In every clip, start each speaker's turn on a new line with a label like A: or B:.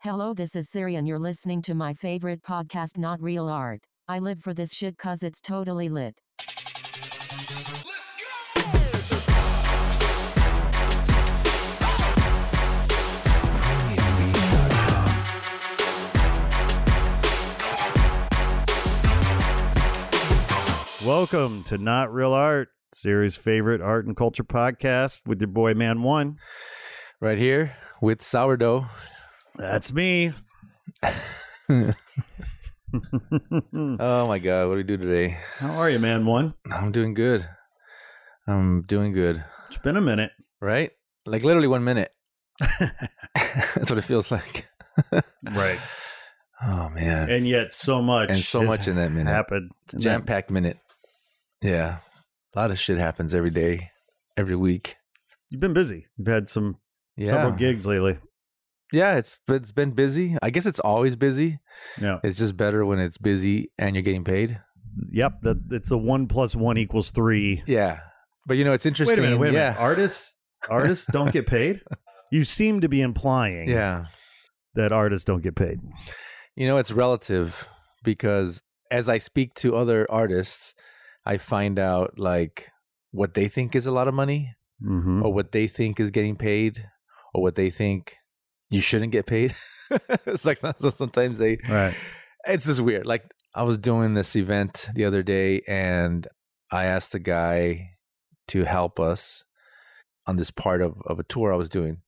A: Hello, this is Siri, and you're listening to my favorite podcast, Not Real Art. I live for this shit cause it's totally lit.
B: Let's go!
C: Welcome to Not Real Art, series favorite art and culture podcast with your boy Man One.
D: right here with sourdough.
C: That's me.
D: Oh my god, what do we do today?
C: How are you, Man One?
D: I'm doing good. I'm doing good.
C: It's been a minute.
D: Right? Like literally one minute. That's what it feels like.
C: Right.
D: Oh man.
C: And yet so much
D: And so
C: has
D: much in that minute.
C: happened.
D: It's a jam packed minute. Yeah. A lot of shit happens every day, every week.
C: You've been busy. You've had some
D: Yeah.
C: several gigs lately.
D: Yeah, it's it's been busy. I guess it's always busy.
C: Yeah.
D: It's just better when it's busy and you're getting paid.
C: Yep. That it's the one plus one equals three.
D: Yeah. But you know, it's
C: Wait
D: interesting.
C: a minute, wait a
D: yeah.
C: minute. Artists artists don't get paid? You seem to be implying
D: Yeah.
C: that artists don't get paid.
D: You know, it's relative because as I speak to other artists, I find out like what they think is a lot of money
C: Mm-hmm.
D: or what they think is getting paid or what they think you shouldn't get paid. it's like so sometimes they,
C: Right.
D: it's just weird. Like I was doing this event the other day and I asked the guy to help us on this part of, of a tour I was doing.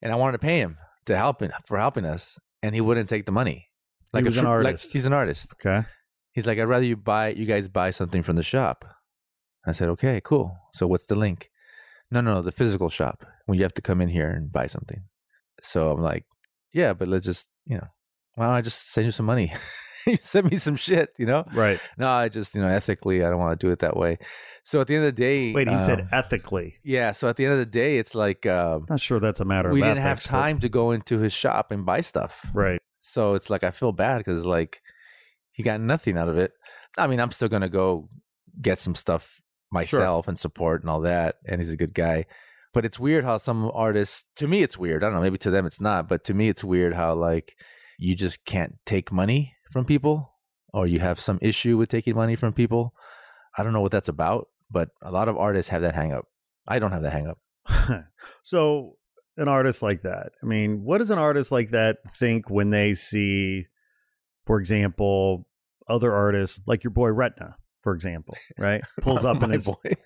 D: And I wanted to pay him to help him for helping us. And he wouldn't take the money.
C: He
D: a
C: was an
D: true- like,
C: artist.
D: he's an artist.
C: Okay.
D: He's like, I'd rather you buy you guys buy something from the shop. I said, Okay, cool. So what's the link? No, no, the physical shop when you have to come in here and buy something. So I'm like, Yeah, but let's just you know, why don't I just send you some money? you send me some shit, you know?
C: Right.
D: No, I just you know ethically I don't want to do it that way. So at the end of the day,
C: Wait, he said
D: um,
C: ethically.
D: yeah. So at the end of the day, it's like um,
C: Not sure that's a matter
D: we
C: of
D: didn't have
C: ethics, but-
D: time to go into his shop and buy stuff.
C: Right.
D: So it's like I feel bad because like he got nothing out of it. I mean, I'm still gonna go get some stuff myself and support and all that. And he's a good guy, but it's weird how some artists. To me, it's weird. I don't know. Maybe to them it's not, but to me, it's weird how like you just can't take money from people, or you have some issue with taking money from people. I don't know what that's about, but a lot of artists have that hang up. I don't have that hang up.
C: so an artist like that i mean what does an artist like that think when they see for example other artists like your boy retna for example right pulls up in
D: My
C: his
D: boy.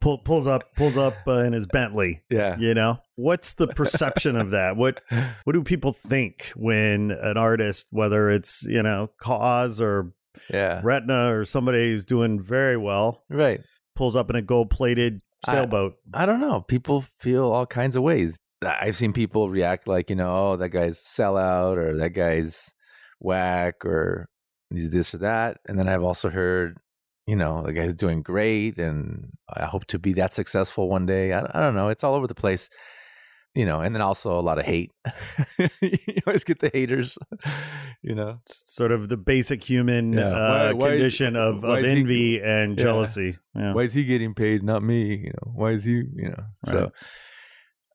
C: pull, pulls up pulls up uh, in his bentley
D: yeah.
C: you know what's the perception of that what what do people think when an artist whether it's you know cause or
D: Yeah.
C: retna or somebody who's doing very well
D: Right.
C: pulls up in a gold plated
D: I-
C: sailboat
D: I don't know. People feel all kinds of ways. I- I've seen people react like, you know, oh, that guy's sellout or that guy's whack or he's this or that. And then I've also heard, you know, the guy's doing great and I hope to be that successful one day. I, I don't know. It's all over the place, you know, and then also a lot of hate. you always get the haters, you know.
C: sort of the basic human
D: Yeah.
C: uh,
D: Why- why is-
C: condition of,
D: why
C: of
D: is he-
C: envy and
D: Yeah.
C: jealousy. Yeah.
D: Why is he getting paid, not me? You know, why is he? You know,
C: Right.
D: so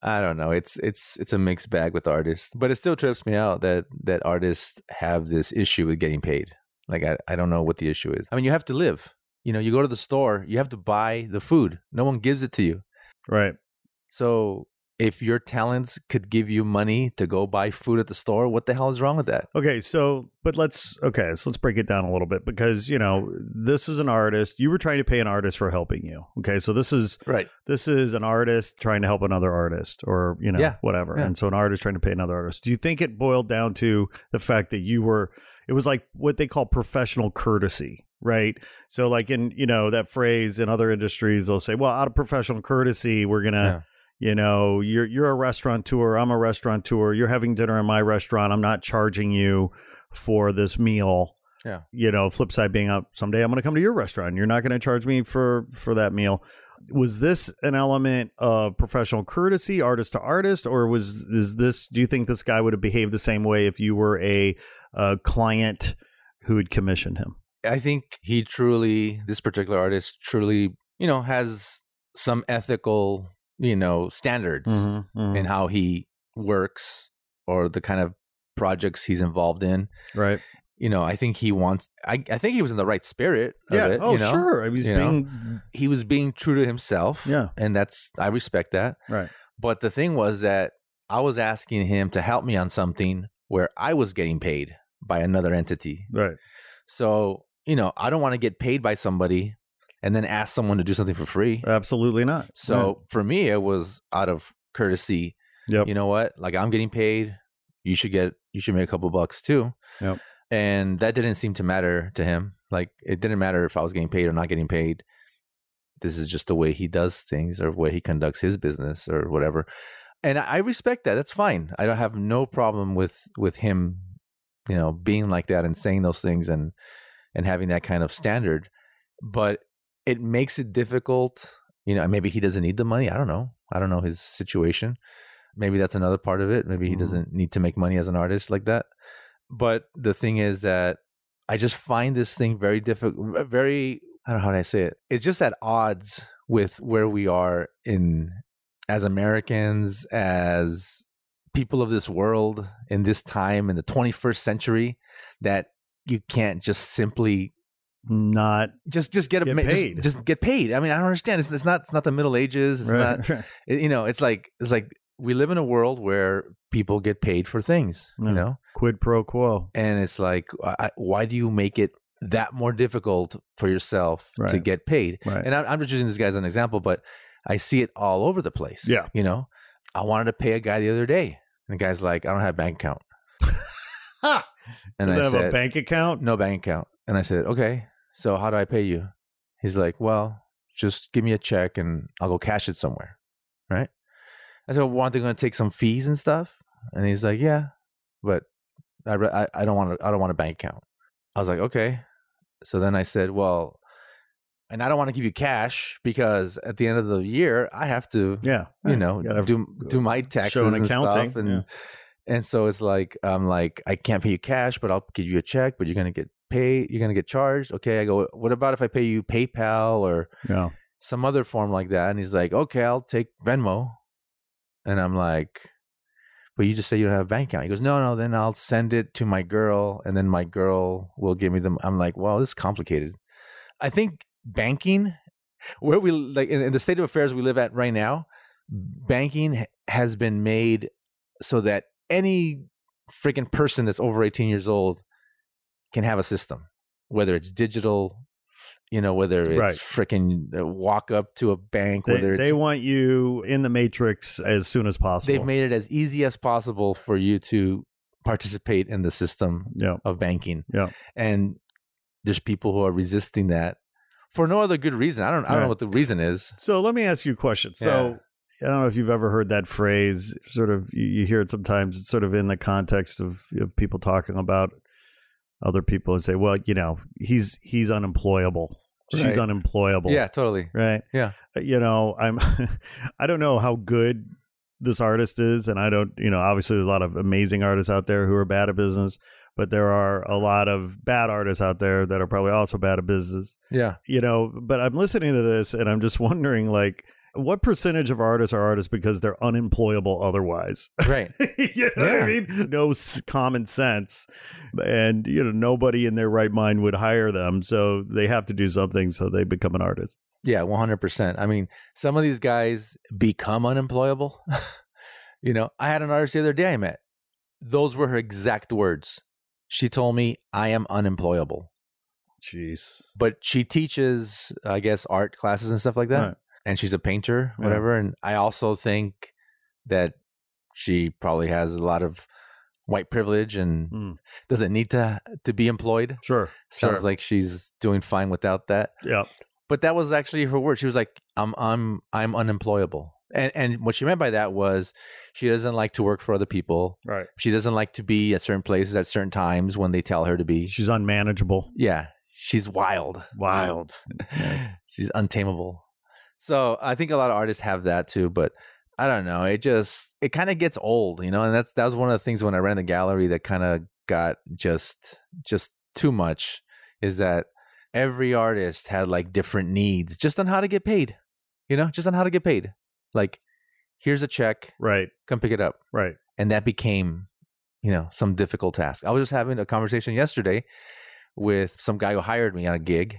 D: I don't know. It's it's it's a mixed bag with artists, but it still trips me out that that artists have this issue with getting paid. Like I I don't know what the issue is. I mean, you have to live. You know, you go to the store, you have to buy the food. No one gives it to you.
C: Right.
D: So if your talents could give you money to go buy food at the store, what the hell is wrong with that?
C: Okay. So, but let's, okay. So let's break it down a little bit because, you know, this is an artist. You were trying to pay an artist for helping you. Okay. So this is,
D: Right.
C: this is an artist trying to help another artist or, you know,
D: Yeah.
C: whatever.
D: Yeah.
C: And so an artist trying to pay another artist. Do you think it boiled down to the fact that you were, it was like what they call professional courtesy, right? So, like in, you know, that phrase in other industries, they'll say, well, out of professional courtesy, we're going to,
D: Yeah.
C: you know you're you're a restaurateur i'm a restaurateur you're having dinner in my restaurant i'm not charging you for this meal
D: Yeah.
C: you know flip side being up someday i'm going to come to your restaurant and you're not going to charge me for for that meal was this an element of professional courtesy artist to artist or was is this do you think this guy would have behaved the same way if you were a, a client who had commissioned him
D: I think he truly, this particular artist truly, you know, has some ethical,
C: Mm-hmm.
D: Mm-hmm, you know, standards in how he works or the kind of projects he's involved in.
C: Right.
D: You know, I think he wants. I, I think he was in the right spirit. of
C: Yeah.
D: it,
C: oh,
D: you know?
C: sure. I was
D: You know?
C: being
D: He was being true to himself.
C: Yeah.
D: and that's I respect that.
C: right.
D: But the thing was that I was asking him to help me on something where I was getting paid by another entity.
C: Right.
D: So, you know, I don't want to get paid by somebody and then ask someone to do something for free.
C: Absolutely not.
D: So for me, it was out of courtesy.
C: Yep.
D: You know what? Like I'm getting paid. You should get. You should make a couple bucks too.
C: Yep.
D: And that didn't seem to matter to him. Like it didn't matter if I was getting paid or not getting paid. This is just the way he does things or way he conducts his business or whatever. And I I respect that. That's fine. I don't have no problem with with him, you know, being like that and saying those things and and having that kind of standard. But it makes it difficult you know maybe he doesn't need the money i don't know i don't know his situation maybe that's another part of it maybe he
C: Mhm.
D: doesn't need to make money as an artist like that but the thing is that i just find this thing very difficult very i don't know how do i say it it's just at odds with where we are in as americans as people of this world in this time in the 21st century that you can't just simply
C: Not
D: just just get, a
C: Get
D: ma- just-
C: paid.
D: Just, get paid. I mean, I don't understand. It's, it's not it's not the Middle Ages. It's
C: right.
D: not it- you know. It's like it's like we live in a world where people get paid for things.
C: Yeah.
D: You know,
C: Quid pro quo.
D: and it's like I, I- why do you make it that more difficult for yourself to
C: Right.
D: get paid?
C: Right.
D: And I'm, I'm just using this guy as an example, but I see it all over the place.
C: Yeah.
D: you know, I wanted to pay a guy the other day, and the guy's like, "I don't have a bank account,"
C: Ha!
D: and
C: Does
D: I
C: it have
D: said,
C: a bank account.
D: no bank account. And I said, okay, so how do I pay you? He's like, well, just give me a check and I'll go cash it somewhere. Right. I said, well, aren't they going to take some fees and stuff? And he's like, yeah, but I, re- I, I don't want to, I don't want a bank account. I was like, okay. So then I said, well, and I don't want to give you cash because at the end of the year, I have to
C: Yeah.
D: you know,
C: Eh, gotta
D: do do my taxes
C: an
D: and
C: accounting,
D: stuff, and and so it's like I'm like I can't pay you cash, but I'll give you a check, but you're gonna get paid, you're gonna get charged. Okay, I go. What about if I pay you PayPal or
C: Yeah.
D: some other form like that? And he's like, okay, I'll take Venmo, and I'm like, but you just say you don't have a bank account. He goes, no, no, then I'll send it to my girl, and then my girl will give me them. I'm like, well, this is complicated. I think banking, where we like in, in the state of affairs we live at right now, banking h- has been made so that any freaking person that's over 18 years old can have a system, whether it's digital, you know, whether it's
C: Right.
D: freaking uh, walk up to a bank,
C: They,
D: whether it's
C: they want you in the matrix as soon as possible.
D: they've made it as easy as possible for you to participate in the system
C: yeah.
D: of banking.
C: Yeah.
D: And there's people who are resisting that for no other good reason. I don't I don't
C: Right.
D: know what the reason is.
C: So let me ask you a question. So I don't know if you've ever heard that phrase. Sort of, you, you hear it sometimes. It's sort of in the context of, of people talking about other people and say, "Well, you know, he's he's unemployable. She's
D: Right.
C: unemployable."
D: Yeah, totally.
C: Right.
D: Yeah.
C: Uh, You know, I'm. I don't know how good this artist is, and I don't. You know, obviously, there's a lot of amazing artists out there who are bad at business, but there are a lot of bad artists out there that are probably also bad at business
D: Yeah.
C: you know but i'm listening to this and i'm just wondering like what percentage of artists are artists because they're unemployable otherwise
D: Right.
C: you know what i
D: Yeah.
C: mean no s- common sense and you know nobody in their right mind would hire them so they have to do something so they become an artist
D: Yeah, 100%. I mean, some of these guys become unemployable. you know, I had an artist the other day I met. Those were her exact words. She told me, "I am unemployable."
C: jeez
D: but she teaches i guess art classes and stuff like that
C: Right.
D: and she's a painter
C: Yeah.
D: whatever and i also think that she probably has a lot of white privilege and
C: Mm.
D: doesn't need to to be employed
C: sure
D: sounds
C: Sure.
D: like she's doing fine without that
C: yeah
D: but that was actually her word she was like i'm i'm i'm unemployable and and what she meant by that was she doesn't like to work for other people
C: right
D: she doesn't like to be at certain places at certain times when they tell her to be
C: she's unmanageable
D: yeah she's wild
C: wild Yes.
D: She's untamable. So I think a lot of artists have that too, but I don't know. It just it kind of gets old, you know. And that's that was one of the things when I ran the gallery that kind of got just just too much. Is that every artist had like different needs just on how to get paid, you know, just on how to get paid. Like, here's a check,
C: right
D: come pick it up,
C: right
D: and that became you know, some difficult task. I was just having a conversation yesterday with some guy who hired me on a gig,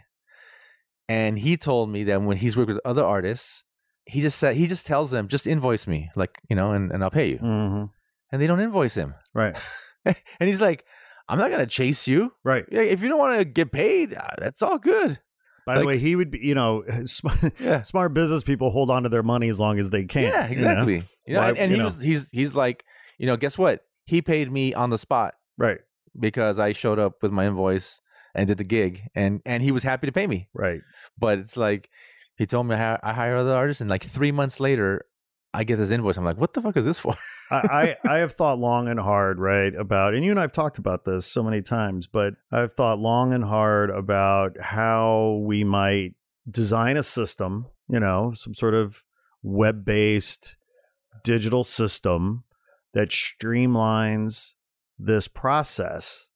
D: and he told me that when he's worked with other artists, he just said he just tells them just invoice me, like you know, and, and I'll pay you,
C: hmm
D: and they don't invoice him,
C: Right.
D: and he's like, I'm not gonna chase you.
C: Right.
D: Yeah, if you don't want to get paid, uh, that's all good.
C: By the
D: Like-
C: way, he would be, you know, smart,
D: Yeah.
C: smart business people hold on to their money as long as they can.
D: Yeah,
C: you know?
D: exactly. You know,
C: Why-
D: and, and
C: you
D: he
C: know.
D: was he's he's like, you know, guess what? He paid me on the spot
C: Right.
D: because I showed up with my invoice and did the gig, and and he was happy to pay me.
C: Right.
D: But it's like he told me I, hi- I hire other artists, and like three months later, I get this invoice. I'm like, what the fuck is this for?
C: I, I, I have thought long and hard, right, about, and you and I have talked about this so many times, but I've thought long and hard about how we might design a system, you know, some sort of web based digital system that streamlines this process,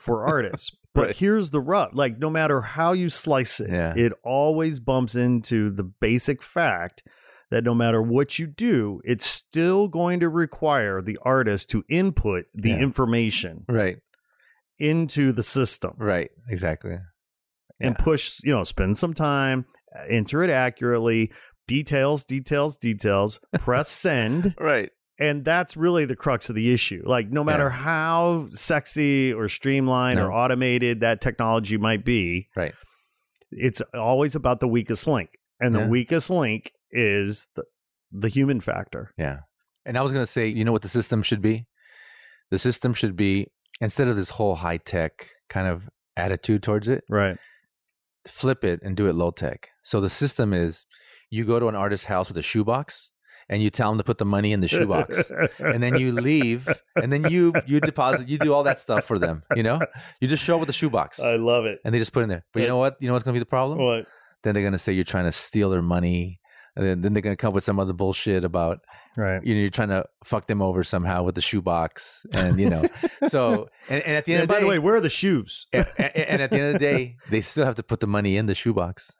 C: for artists. But
D: Right.
C: here's the rub like, no matter how you slice it,
D: Yeah.
C: it always bumps into the basic fact that no matter what you do, it's still going to require the artist to input the
D: Yeah.
C: information
D: Right,
C: into the system
D: right, exactly.
C: and push, you know, spend some time, uh, enter it accurately, details, details, details, press send.
D: Right,
C: And that's really the crux of the issue. Like, no matter how sexy or streamlined or
D: No.
C: automated that technology might be,
D: Right.
C: It's always about the weakest link. And the
D: Yeah.
C: weakest link is the, the human factor.
D: yeah. And I was gonna say, you know what the system should be? The system should be instead of this whole high tech kind of attitude towards it.
C: Right.
D: flip it and do it low tech. So the system is you go to an artist's house with a shoebox and you tell them to put the money in the shoebox. and then you leave and then you you deposit you do all that stuff for them, you know? You just show up with the shoebox
C: I love it.
D: and they just put it in there. But you know what? You know what's going to be the problem?
C: Uh, What?
D: Then they're going to say you're trying to steal their money. And then, then they're going to come up with some other bullshit about
C: Right.
D: you know you're trying to fuck them over somehow with the shoebox and you know so and, and at the end
C: And
D: of
C: by
D: day,
C: the way, where are the shoes?
D: and, and- and at the end of the day they still have to put the money in the shoebox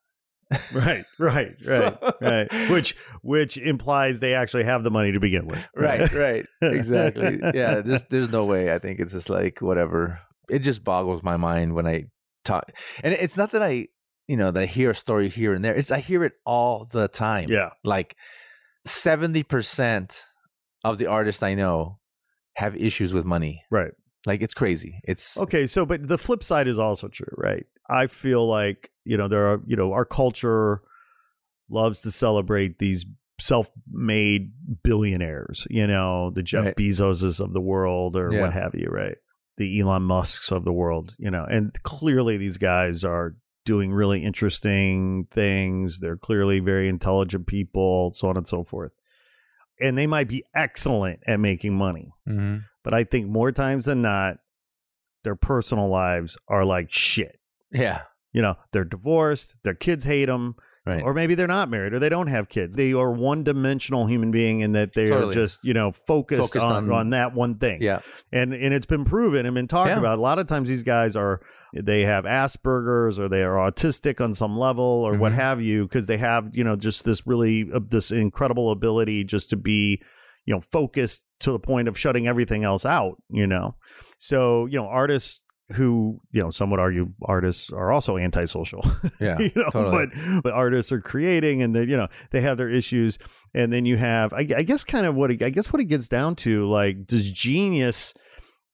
C: right, right, right,
D: So-
C: right. Which which implies they actually have the money to begin with.
D: right right exactly yeah there's there's no way i think it's just like whatever it just boggles my mind when i talk and it's not that i you know that i hear a story here and there it's i hear it all the time
C: Yeah.
D: like 70% of the artists i know have issues with money
C: Right. Oh.
D: like it's crazy it's
C: Okay. So, but the flip side is also true, right? I feel like you know there are you know our culture loves to celebrate these self-made billionaires. You know the Jeff
D: Right.
C: Bezoses of the world, or
D: Yeah.
C: what have you, right? The Elon Musks of the world. You know, and clearly these guys are doing really interesting things. They're clearly very intelligent people, so on and so forth. And they might be excellent at making money
D: Mhm.
C: but I think more times than not, their personal lives are like shit.
D: yeah
C: You know, they're divorced, their kids hate them,
D: right
C: or maybe they're not married or they don't have kids. They are one dimensional human being in that they
D: Totally.
C: are just, you know, focused,
D: Focused
C: on,
D: on-
C: on, that one thing.
D: yeah
C: And and it's been proven and been talked
D: Yeah.
C: about. A lot of times these guys are they have Asperger's or they are autistic on some level or what
D: Mhm.
C: have you because they have, you know, just this really uh, this incredible ability just to be, you know, focused to the point of shutting everything else out, you know. So, you know, artists who, you know, some would argue artists are also antisocial.
D: yeah
C: you know,
D: totally.
C: but but artists are creating and they, you know, they have their issues and then you have I, I guess kind of what it, I guess what it gets down to like does genius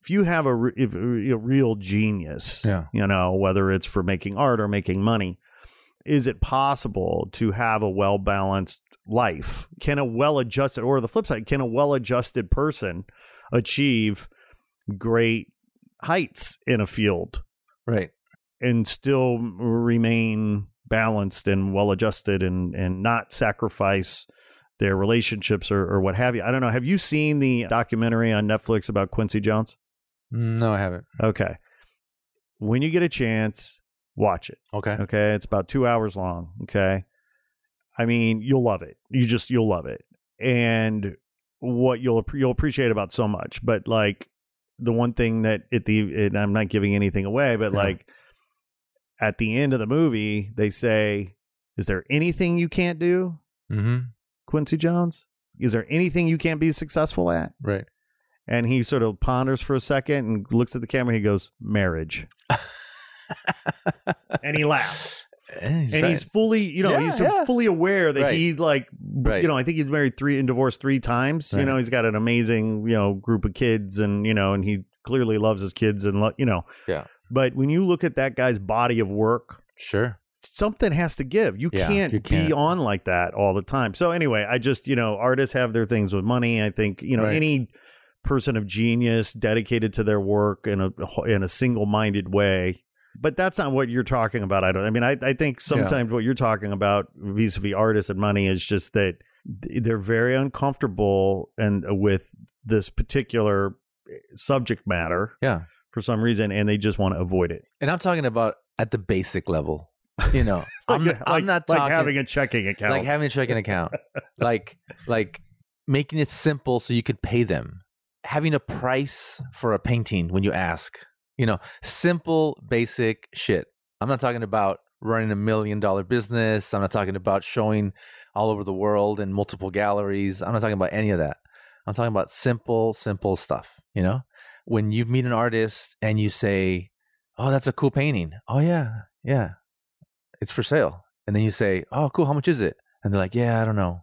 C: if you have a, re- if, a real genius,
D: Yeah.
C: you know, whether it's for making art or making money, is it possible to have a well-balanced life? Can a well-adjusted or the flip side, can a well-adjusted person achieve great heights in a field
D: right
C: and still remain balanced and well adjusted and and not sacrifice their relationships or, or what have you. I don't know. Have you seen the documentary on Netflix about Quincy Jones?
D: no i haven't
C: Okay. When you get a chance, watch it.
D: okay
C: Okay. It's about two hours long. Okay. I mean, you'll love it. You just, you'll love it. And what you'll, appre- you'll appreciate about so much. But like the one thing that at the, and I'm not giving anything away, but
D: Yeah.
C: like at the end of the movie, they say, is there anything you can't do,
D: mm-hmm.
C: Quincy Jones? Is there anything you can't be successful at?
D: right
C: and he sort of ponders for a second and looks at the camera. He goes, "Marriage," and he laughs.
D: And Eh, he's
C: and
D: right.
C: he's fully, you know,
D: Yeah,
C: he's sort of
D: yeah.
C: fully aware that
D: Right.
C: he's like,
D: Right.
C: you know, I think he's married three and divorced three times. You
D: Right.
C: know, he's got an amazing, you know, group of kids, and you know, and he clearly loves his kids, and lo- you know,
D: Yeah.
C: But when you look at that guy's body of work,
D: sure.
C: something has to give. You,
D: Yeah,
C: can't
D: you
C: be
D: can't.
C: on like that all the time. So anyway, I just, you know, artists have their things with money. I think, you know,
D: Right.
C: any person of genius dedicated to their work in a in a single-minded way. But that's not what you're talking about. I don't I mean I I think sometimes what you're talking about vis-a-vis artists and money is just that th- they're very uncomfortable and with this particular eh, subject matter
D: Yeah.
C: for some reason and they just want to avoid it.
D: And I'm talking about at the basic level. You know, I'm,
C: Like-
D: I'm not
C: like
D: talking
C: having a checking account.
D: like having a checking account, like like making it simple so you could pay them, having a price for a painting when you ask. You know, simple, basic shit. I'm not talking about running a million dollar business. I'm not talking about showing all over the world in multiple galleries. I'm not talking about any of that. I'm talking about simple, simple stuff. You know, when you meet an artist and you say, "Oh, that's a cool painting." Oh yeah, yeah, it's for sale. And then you say, "Oh, cool. How much is it?" And they're like, "Yeah, I don't know."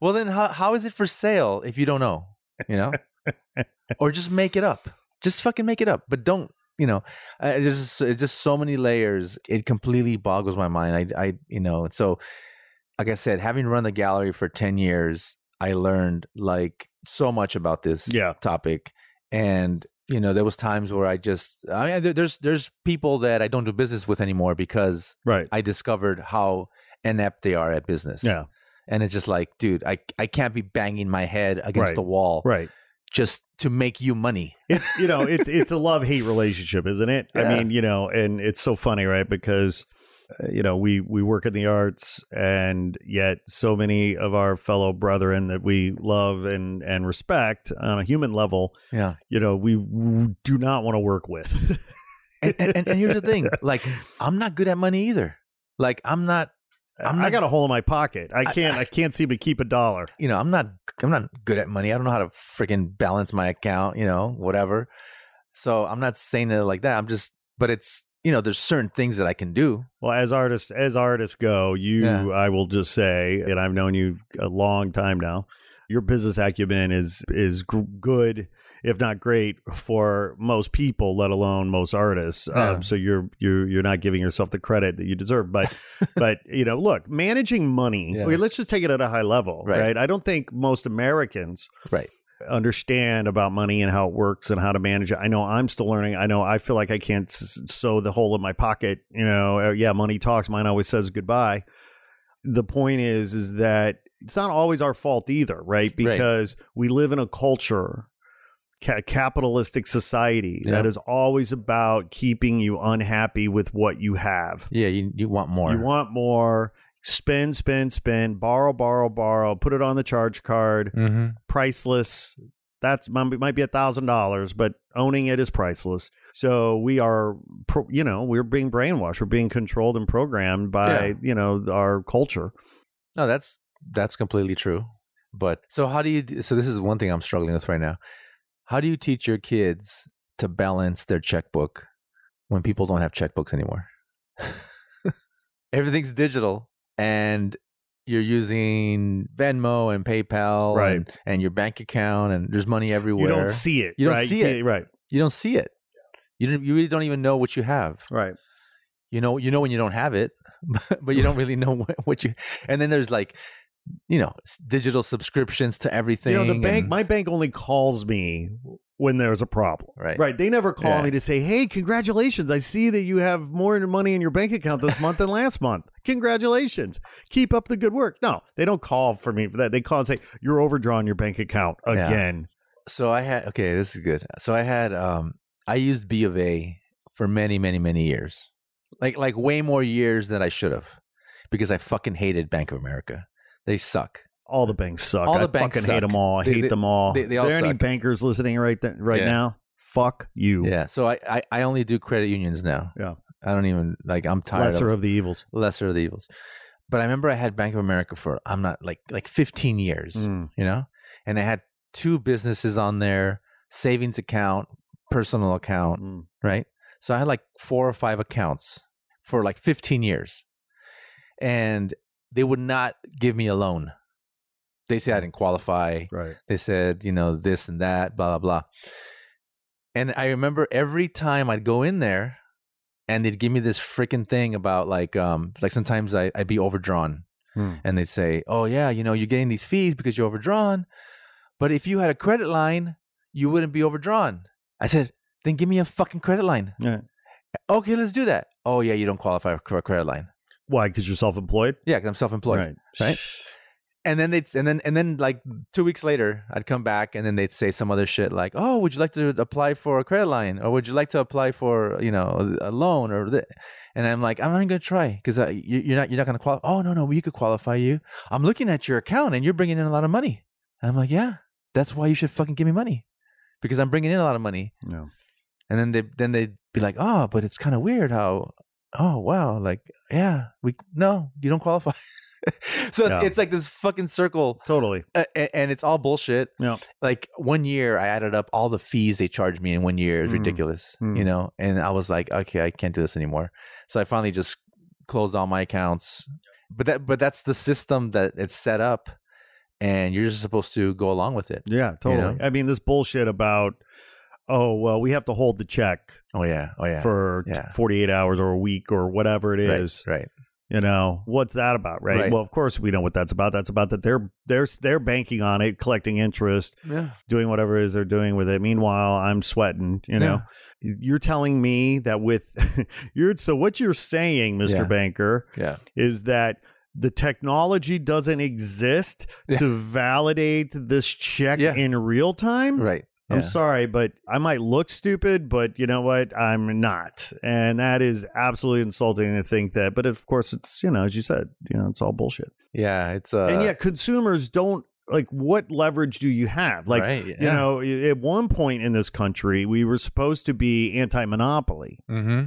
D: well, then how how is it for sale if you don't know? You know, or just make it up. Just fucking make it up. But don't you know? Uh, there's just, it's just so many layers. It completely boggles my mind. I I you know. So, like I said, having run the gallery for ten years, I learned like so much about this
C: Yeah.
D: topic and you know there was times where i just i mean there, there's there's people that i don't do business with anymore because
C: right.
D: I discovered how inept they are at business.
C: Yeah.
D: And it's just like, dude, I, I can't be banging my head against
C: Right.
D: the wall
C: Right.
D: just to make you money.
C: It's you know, it's it's a love hate relationship, isn't it? I
D: Yeah.
C: mean, you know, and it's so funny, right? Because uh, you know, we we work in the arts and yet so many of our fellow brethren that we love and and respect on a human level,
D: Yeah.
C: you know, we w- do not want to work with.
D: And, and, and, and here's the thing like, I'm not good at money either. Like, I'm not, I'm
C: I
D: not-
C: got a hole in my pocket. I
D: I-
C: can't I, can't seem to keep a dollar.
D: you know, I'm not, I'm not good at money. I don't know how to freaking balance my account, you know, whatever. So I'm not saying it like that. I'm just, but it's, you know, there's certain things that I can do.
C: Well, as artists as artists go, you
D: Yeah.
C: I will just say, and I've known you a long time now. Your business acumen is is gr- good, if not great, for most people, let alone most artists.
D: Yeah.
C: Um, so you're you're you're not giving yourself the credit that you deserve. But but you know, look, managing money.
D: Yeah.
C: okay, let's just take it at a high level,
D: Right.
C: right? I don't think most Americans
D: Right.
C: understand about money and how it works and how to manage it. I know I'm still learning. I know I feel like I can't s- sew the hole in my pocket. You know, Uh, yeah, money talks. Mine always says goodbye. The point is, is that it's not always our fault either, right? Because we live in a culture, ca- capitalistic society
D: Yeah.
C: that is always about keeping you unhappy with what you have.
D: Yeah. You, you want more.
C: You want more. Spend, spend, spend. Borrow, borrow, borrow. Put it on the charge card
D: mm-hmm.
C: priceless. That's might might be a thousand dollars, but owning it is priceless. So we are, pro, you know, we're being brainwashed. We're being controlled and programmed by,
D: Yeah.
C: you know, our culture.
D: No, that's that's completely true. But so how do you? d- So this is one thing I'm struggling with right now. How do you teach your kids to balance their checkbook when people don't have checkbooks anymore? Everything's digital, and you're using Venmo and PayPal,
C: Right.
D: And, and your bank account, and there's money everywhere.
C: You don't see it.
D: You don't
C: right?
D: see
C: can't-
D: it.
C: Right.
D: You don't see it. You don't, you really don't even know what you have
C: Right.
D: you know you know when you don't have it but you don't really know what, what you and then there's like you know s- digital subscriptions to everything
C: you know, the bank.
D: and-
C: My bank only calls me when there's a problem.
D: Right.
C: Right. They never call
D: Yeah.
C: me to say, "Hey, congratulations! I see that you have more money in your bank account this month than last month. Congratulations! Keep up the good work." No, they don't call for me for that. They call and say, "You're overdrawn your bank account
D: Yeah.
C: again."
D: so i had okay this is good so i had um i used b of a for many many many years like like way more years than i should have because i fucking hated bank of america they suck
C: All the banks suck.
D: All
C: I
D: the banks
C: fucking hate
D: suck.
C: them all. I
D: They-
C: hate
D: they-
C: them all.
D: they- they all
C: Are there any
D: suck.
C: bankers listening right th- right
D: Yeah.
C: now? Fuck you.
D: yeah so I, I i only do credit unions now
C: Yeah.
D: i don't even like i'm tired
C: Lesser
D: of,
C: of the evils.
D: lesser of the evils Mm, but i remember i had bank of america for i'm not like like 15 years you know and i had two businesses on there, savings account, personal account,
C: Mm.
D: right? So I had like four or five accounts for like 15 years. And they would not give me a loan. They said I didn't qualify.
C: Right.
D: They said, you know, this and that, blah, blah, blah. And I remember every time I'd go in there and they'd give me this freaking thing about like, um, like sometimes I, I'd be overdrawn
C: Hmm.
D: and they'd say, oh, yeah, you know, you're getting these fees because you're overdrawn. But if you had a credit line, you wouldn't be overdrawn. I said, then give me a fucking credit line.
C: Yeah.
D: Okay, let's do that. Oh, yeah, you don't qualify for a credit line.
C: Why? Because you're self-employed.
D: Yeah, because I'm self employed
C: Right.
D: right? and then they'd and then and then like two weeks later i'd come back and then they'd say some other shit like oh would you like to apply for a credit line or would you like to apply for you know a loan or th-? and i'm like i'm not gonna try because uh, you- you're not you're not gonna qualify oh no no you could qualify you i'm looking at your account and you're bringing in a lot of money And i'm like yeah that's why you should fucking give me money because i'm bringing in a lot of money
C: No.
D: and then they then they'd be like, "Oh, but it's kind of weird how oh wow, like yeah, we no, you don't qualify." so
C: Yeah.
D: it's like this fucking circle
C: Totally.
D: uh, and, and it's all bullshit.
C: Yeah.
D: Like one year I added up all the fees they charged me in one year. It's
C: Mm.
D: ridiculous,
C: Mm.
D: you know? And I was like, "Okay, I can't do this anymore." So I finally just closed all my accounts. But that but that's the system that it's set up and you're just supposed to go along with it.
C: Yeah. Totally.
D: know?
C: I mean, this bullshit about oh well, we have to hold the check
D: Oh yeah. Oh yeah.
C: for t-
D: Yeah.
C: 48 hours or a week or whatever it
D: right,
C: is.
D: right.
C: You know what's that about, right?
D: Right.
C: Well, of course we know what that's about. That's about that they're they're they're banking on it, collecting interest,
D: Yeah.
C: doing whatever it is they're doing with it. Meanwhile, I'm sweating, you know. You're telling me that with you're so what you're saying, Mr.
D: Yeah.
C: Banker,
D: Yeah.
C: is that the technology doesn't exist
D: Yeah.
C: to validate this check
D: Yeah.
C: in real time?
D: Right.
C: I'm
D: Yeah.
C: sorry, but I might look stupid, but you know what? I'm not. And that is absolutely insulting to think that. But of course, it's, you know, as you said, you know, it's all bullshit.
D: Yeah, it's uh,
C: and yet, consumers don't like what leverage do you have? Like,
D: right,
C: you know, i- at one point in this country, we were supposed to be anti monopoly,
D: mm-hmm.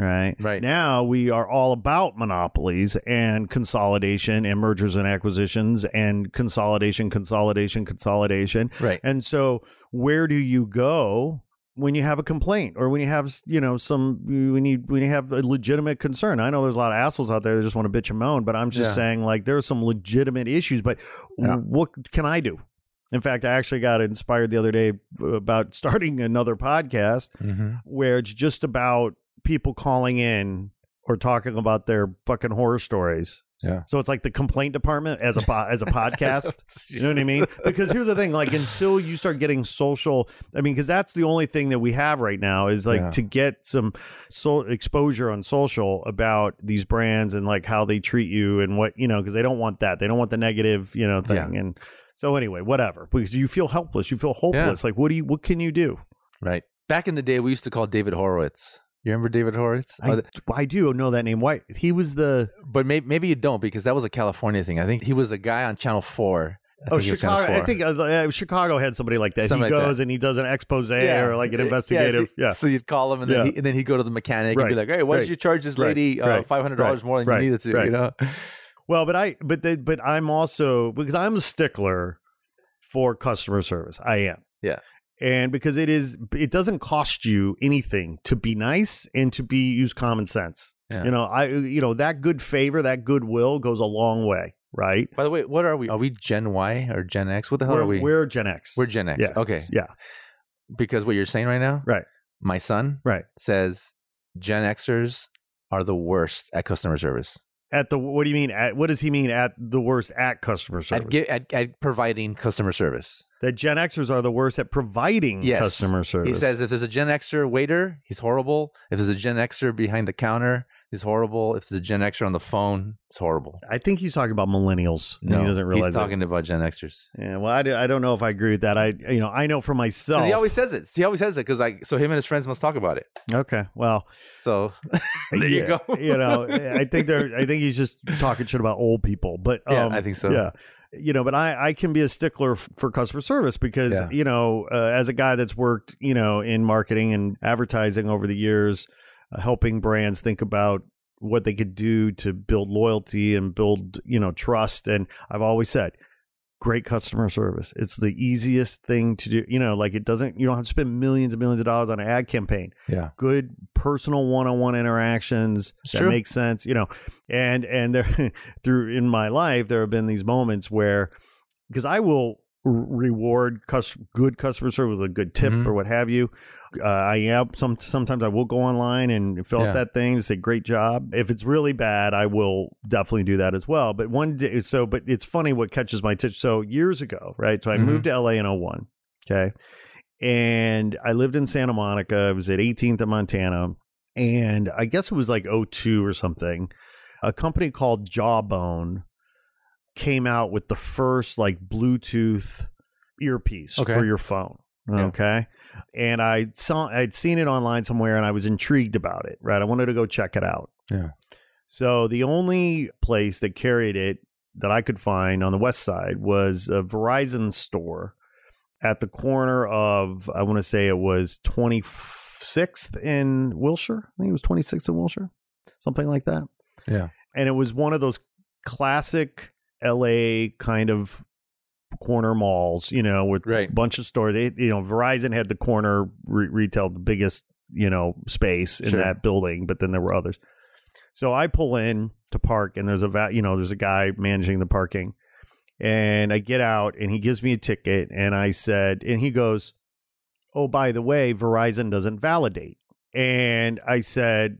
C: right?
D: Right.
C: Now we are all about monopolies and consolidation and mergers and acquisitions and consolidation, consolidation, consolidation.
D: right,
C: And so, where do you go? When you have a complaint, or when you have, you know, some, when you when you have a legitimate concern, I know there's a lot of assholes out there that just want to bitch and moan, but I'm just
D: Yeah.
C: saying, like, there are some legitimate issues. But
D: Yeah.
C: what can I do? In fact, I actually got inspired the other day about starting another podcast
D: mm-hmm.
C: where it's just about people calling in or talking about their fucking horror stories.
D: Yeah.
C: So it's like the complaint department as a po- as a podcast. You know what I mean? Because here's the thing: like until you start getting social, I mean, because that's the only thing that we have right now is like
D: Yeah.
C: to get some so exposure on social about these brands and like how they treat you and what you know, because they don't want that. They don't want the negative, you know, thing. And so anyway, whatever. Because you feel helpless, you feel hopeless. Like, what do you? What can you do?
D: Right. Back in the day, we used to call David Horowitz. You remember David Horowitz?
C: I,
D: Uh,
C: I do know that name. Why he was the
D: but maybe maybe you don't because that was a California thing. I think he was a guy on Channel Four. I
C: oh
D: think he was Channel
C: Chicago. I
D: 4.
C: think uh, uh, Chicago had somebody like that.
D: Something
C: he
D: like
C: goes and he does an expose or like an
D: Yeah,
C: investigative.
D: so,
C: Yeah,
D: So you'd call him, and then,
C: Yeah.
D: he, and then he'd go to the mechanic and be
C: Right.
D: like, "Hey, why
C: Right.
D: did you charge this
C: Right.
D: lady uh,
C: Right.
D: five hundred dollars
C: Right.
D: more than
C: Right.
D: you needed to?"
C: Right.
D: You know?
C: Well, but I but they, but I'm also because I'm a stickler for customer service. I am.
D: Yeah.
C: And because it is it doesn't cost you anything to be nice and to be use common sense.
D: Yeah.
C: You know, I you know, that good favor, that goodwill goes a long way, right?
D: By the way, what are we? Are we Gen Y or Gen X? What the hell
C: we're,
D: are we?
C: we're Gen X.
D: We're Gen X.
C: Yes.
D: Okay.
C: Yeah.
D: Because what you're saying right now,
C: Right.
D: My son,
C: Right.
D: says Gen Xers are the worst at customer service.
C: At the what do you mean at what does he mean at the worst at customer service?
D: At, gi- at, at providing customer service.
C: that Gen Xers are the worst at providing
D: Yes.
C: customer service.
D: He says if there's a Gen Xer waiter, he's horrible. If there's a Gen Xer behind the counter, he's horrible. If there's a Gen Xer on the phone, it's horrible.
C: I think he's talking about millennials. and
D: No,
C: he doesn't realize
D: he's
C: it.
D: talking about Gen Xers.
C: Yeah, well, I, do- I don't know if I agree with that. I you know I know for
D: 'Cause
C: myself.
D: He always says it. He always says it because like so him and his friends must talk about it.
C: okay, well,
D: So there you
C: yeah,
D: go.
C: you know, I think they're. I think he's just talking shit about old people. But um,
D: Yeah, I think so.
C: Yeah, you know, but I I can be a stickler f- for customer service because
D: Yeah.
C: you know uh, as a guy that's worked you know in marketing and advertising over the years, uh, helping brands think about what they could do to build loyalty and build you know trust and I've always said great customer service. It's the easiest thing to do. You know, like it doesn't, you don't have to spend millions and millions of dollars on an ad campaign.
D: Yeah.
C: Good personal one-on-one interactions
D: It's
C: that
D: true.
C: make sense, you know. And and there through in my life there have been these moments where because I will r- reward cus- good customer service with a good tip
D: Mhm.
C: or what have you. Uh, I am some sometimes I will go online and fill
D: Yeah.
C: out that thing and say great job. If it's really bad, I will definitely do that as well. But one day, so but it's funny what catches my attention. So years ago, right? So I
D: Mhm.
C: moved to LA in 01, okay, and I lived in Santa Monica. I was at 18th and Montana, and I guess it was like 02 or something. A company called Jawbone came out with the first like Bluetooth earpiece
D: Okay.
C: for your phone.
D: Yeah.
C: Okay. And I saw I'd seen it online somewhere and I was intrigued about it, right? I wanted to go check it out.
D: Yeah.
C: So the only place that carried it that I could find on the west side was a Verizon store at the corner of I want to say it was 26th in Wilshire. I think it was 26th in Wilshire. Something like that.
D: Yeah.
C: And it was one of those classic LA kind of corner malls, you know, with
D: Right.
C: bunch of stores. They, you know, Verizon had the corner re- retail, the biggest, you know, space in
D: Sure.
C: that building, but then there were others. So I pull in to park, and there's a va- you know, there's a guy managing the parking, and I get out, and he gives me a ticket, and I said, and he goes, "Oh, by the way, Verizon doesn't validate," and I said,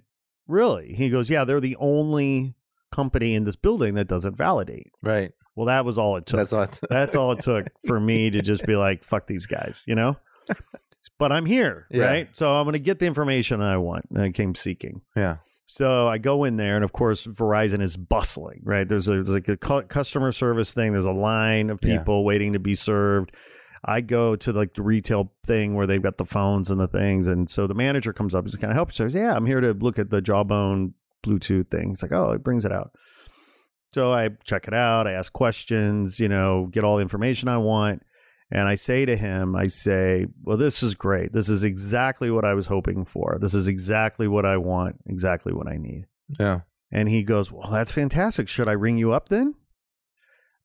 C: "Really?" He goes, "Yeah, they're the only." company in this building that doesn't validate.
D: Right.
C: Well, that was all it took.
D: That's all. It's,
C: That's all it took for me to just be like, fuck these guys, you know? But I'm here,
D: Yeah.
C: right? So I'm going to get the information I want and I came seeking.
D: yeah.
C: So I go in there, and of course, Verizon is bustling, right? There's, a, there's like a cu- customer service thing, there's a line of
D: Yeah.
C: people waiting to be served. I go to like the retail thing where they've got the phones and the things. And so the manager comes up, he's kind of helps her. Yeah, I'm here to look at the jawbone Bluetooth thing. He's like, oh, it brings it out. So I check it out. I ask questions, you know, get all the information I want. And I say to him, I say, well, this is great. This is exactly what I was hoping for. This is exactly what I want, exactly what I need.
D: Yeah.
C: And he goes, well, that's fantastic. Should I ring you up then?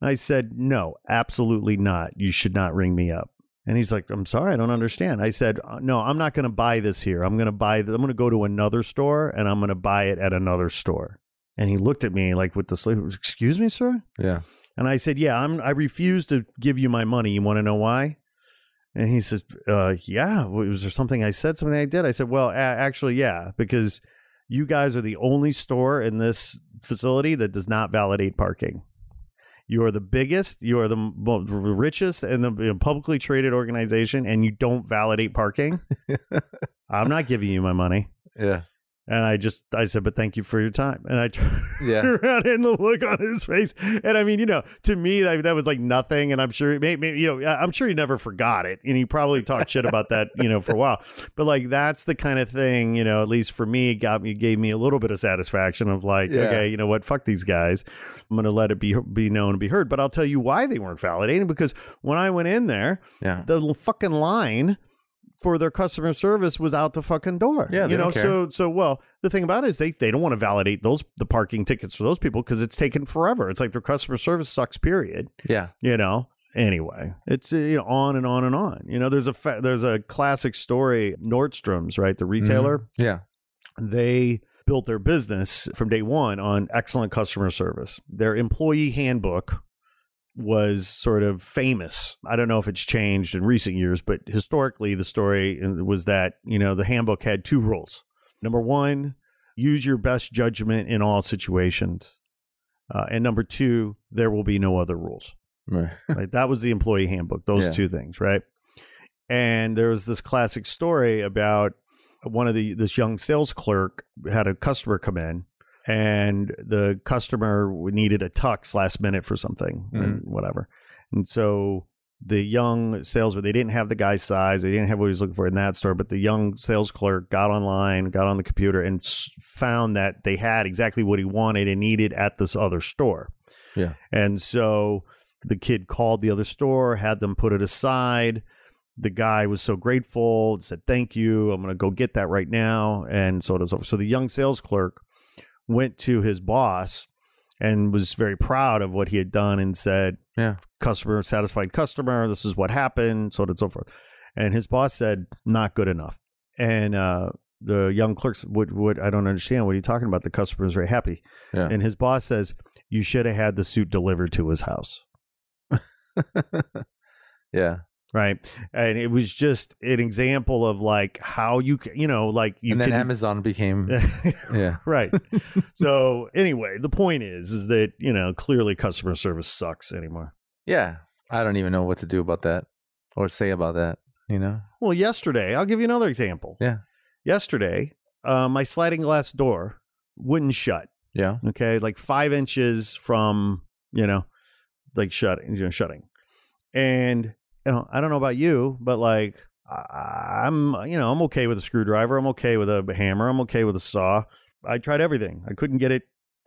C: And I said, no, absolutely not. You should not ring me up. And he's like, I'm sorry, I don't understand. I said, "Uh, no, I'm not going to buy this here. I'm going to buy, th- I'm going to go to another store and I'm going to buy it at another store. And he looked at me like with the sleep, excuse me, sir?
D: Yeah.
C: And I said, "Yeah, I'm. I refuse to give you my money. You want to know why?" And he said, uh, "Yeah, was there something I said? Something I did?" I said, "Well, a- actually, yeah, because you guys are the only store in this facility that does not validate parking. You are the biggest, you are the m- mo- richest, and the you know, publicly traded organization, and you don't validate parking. I'm not giving you my money."
D: Yeah.
C: And I just, I said, "But thank you for your time." And I turned
D: Yeah.
C: around and the look on his face. And I mean, you know, to me, I, that was like nothing. And I'm sure, maybe, you know, I- I'm sure he never forgot it. And he probably talked shit about that, you know, for a while. But like, that's the kind of thing, you know, at least for me, it got me, gave me a little bit of satisfaction of like,
D: Yeah.
C: okay, you know what, fuck these guys. I'm going to let it be, be known and be heard. But I'll tell you why they weren't validating because when I went in there,
D: Yeah.
C: the l- fucking line for their customer service was out the fucking door.
D: Yeah, they
C: you know,
D: don't care.
C: so so well. The thing about it is they they don't want to validate those the parking tickets for those people because it's taken forever. It's like their customer service sucks. Period.
D: Yeah.
C: You know. Anyway, it's uh, you know, on and on and on. You know, there's a fa- there's a classic story. Nordstrom's right,
D: Mm-hmm.
C: the retailer
D: Yeah.
C: they built their business from day one on excellent customer service. Their employee handbook was sort of famous. I don't know if it's changed in recent years, but historically, the story was that, you know, the handbook had two rules. Number one, use your best judgment in all situations. Uh, and number two, there will be no other rules.
D: Right.
C: Right? That was the employee handbook, those
D: Yeah.
C: two things, right? And there was this classic story about one of the this young sales clerk had a customer come in and the customer needed a tux last minute for something
D: Mm-hmm.
C: and whatever. And so the young salesman, they didn't have the guy's size, they didn't have what he was looking for in that store, but the young sales clerk got online, got on the computer, and s- found that they had exactly what he wanted and needed at this other store.
D: Yeah.
C: And so the kid called the other store, had them put it aside. The guy was so grateful, said, Thank you. I'm going to go get that right now. And so on and so forth. So the young sales clerk went to his boss and was very proud of what he had done and said,
D: Yeah.
C: customer satisfied customer. This is what happened, so on and so forth. And his boss said, not good enough. And uh, the young clerks would would I don't understand what are you talking about. The customer is very happy.
D: Yeah.
C: And his boss says, you should have had the suit delivered to his house.
D: yeah.
C: Right. And it was just an example of like how you, ca- you know, like you
D: and then
C: can,
D: Amazon became yeah.
C: right. so anyway, the point is, is that, you know, clearly customer service sucks anymore.
D: Yeah. I don't even know what to do about that or say about that, you know?
C: Well, yesterday, I'll give you another example.
D: Yeah.
C: Yesterday, uh, my sliding glass door wouldn't shut.
D: Yeah.
C: Okay, like five inches from you know, like shutting, you know, shutting. And you know, I don't know about you, but like I- I'm, you know, I'm okay with a screwdriver. I'm okay with a hammer. I'm okay with a saw. I tried everything. I couldn't get it,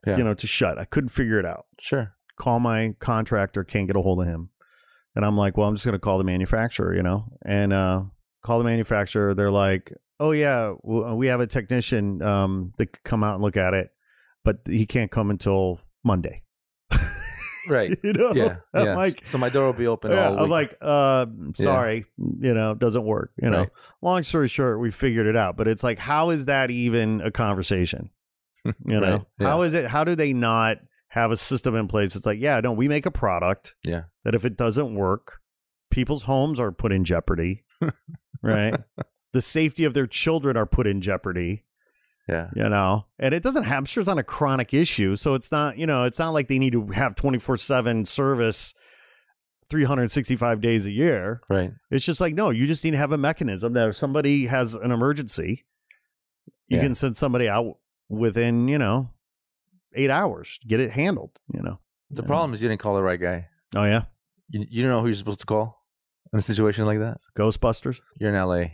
D: Yeah.
C: you know, to shut. I couldn't figure it out.
D: Sure.
C: Call my contractor. Can't get a hold of him. And I'm like, well, I'm just going to call the manufacturer, you know, and uh, call the manufacturer. They're like, oh, yeah, w- we have a technician um, that could come out and look at it, but he can't come until Monday.
D: Right.
C: you know?
D: Yeah.
C: I'm
D: yeah.
C: like,
D: so my door will be open
C: yeah,
D: all week.
C: I'm like, uh,
D: Yeah.
C: sorry, you know, doesn't work. You know,
D: Right.
C: long story short, we figured it out. But it's like, how is that even a conversation? You know,
D: Right, yeah.
C: how is it? How do they not have a system in place? It's like, yeah, no, we make a product.
D: Yeah.
C: That if it doesn't work, people's homes are put in jeopardy. right. The safety of their children are put in jeopardy
D: yeah.
C: you know and it doesn't have sure it's not a chronic issue so it's not you know it's not like they need to have 24-7 service 365 days a year
D: Right.
C: it's just like no you just need to have a mechanism that if somebody has an emergency you
D: Yeah.
C: can send somebody out within you know eight hours get it handled you know
D: The
C: Yeah.
D: problem is you didn't call the right guy.
C: oh yeah
D: You, you don't know who you're supposed to call in a situation like that.
C: ghostbusters
D: You're in LA.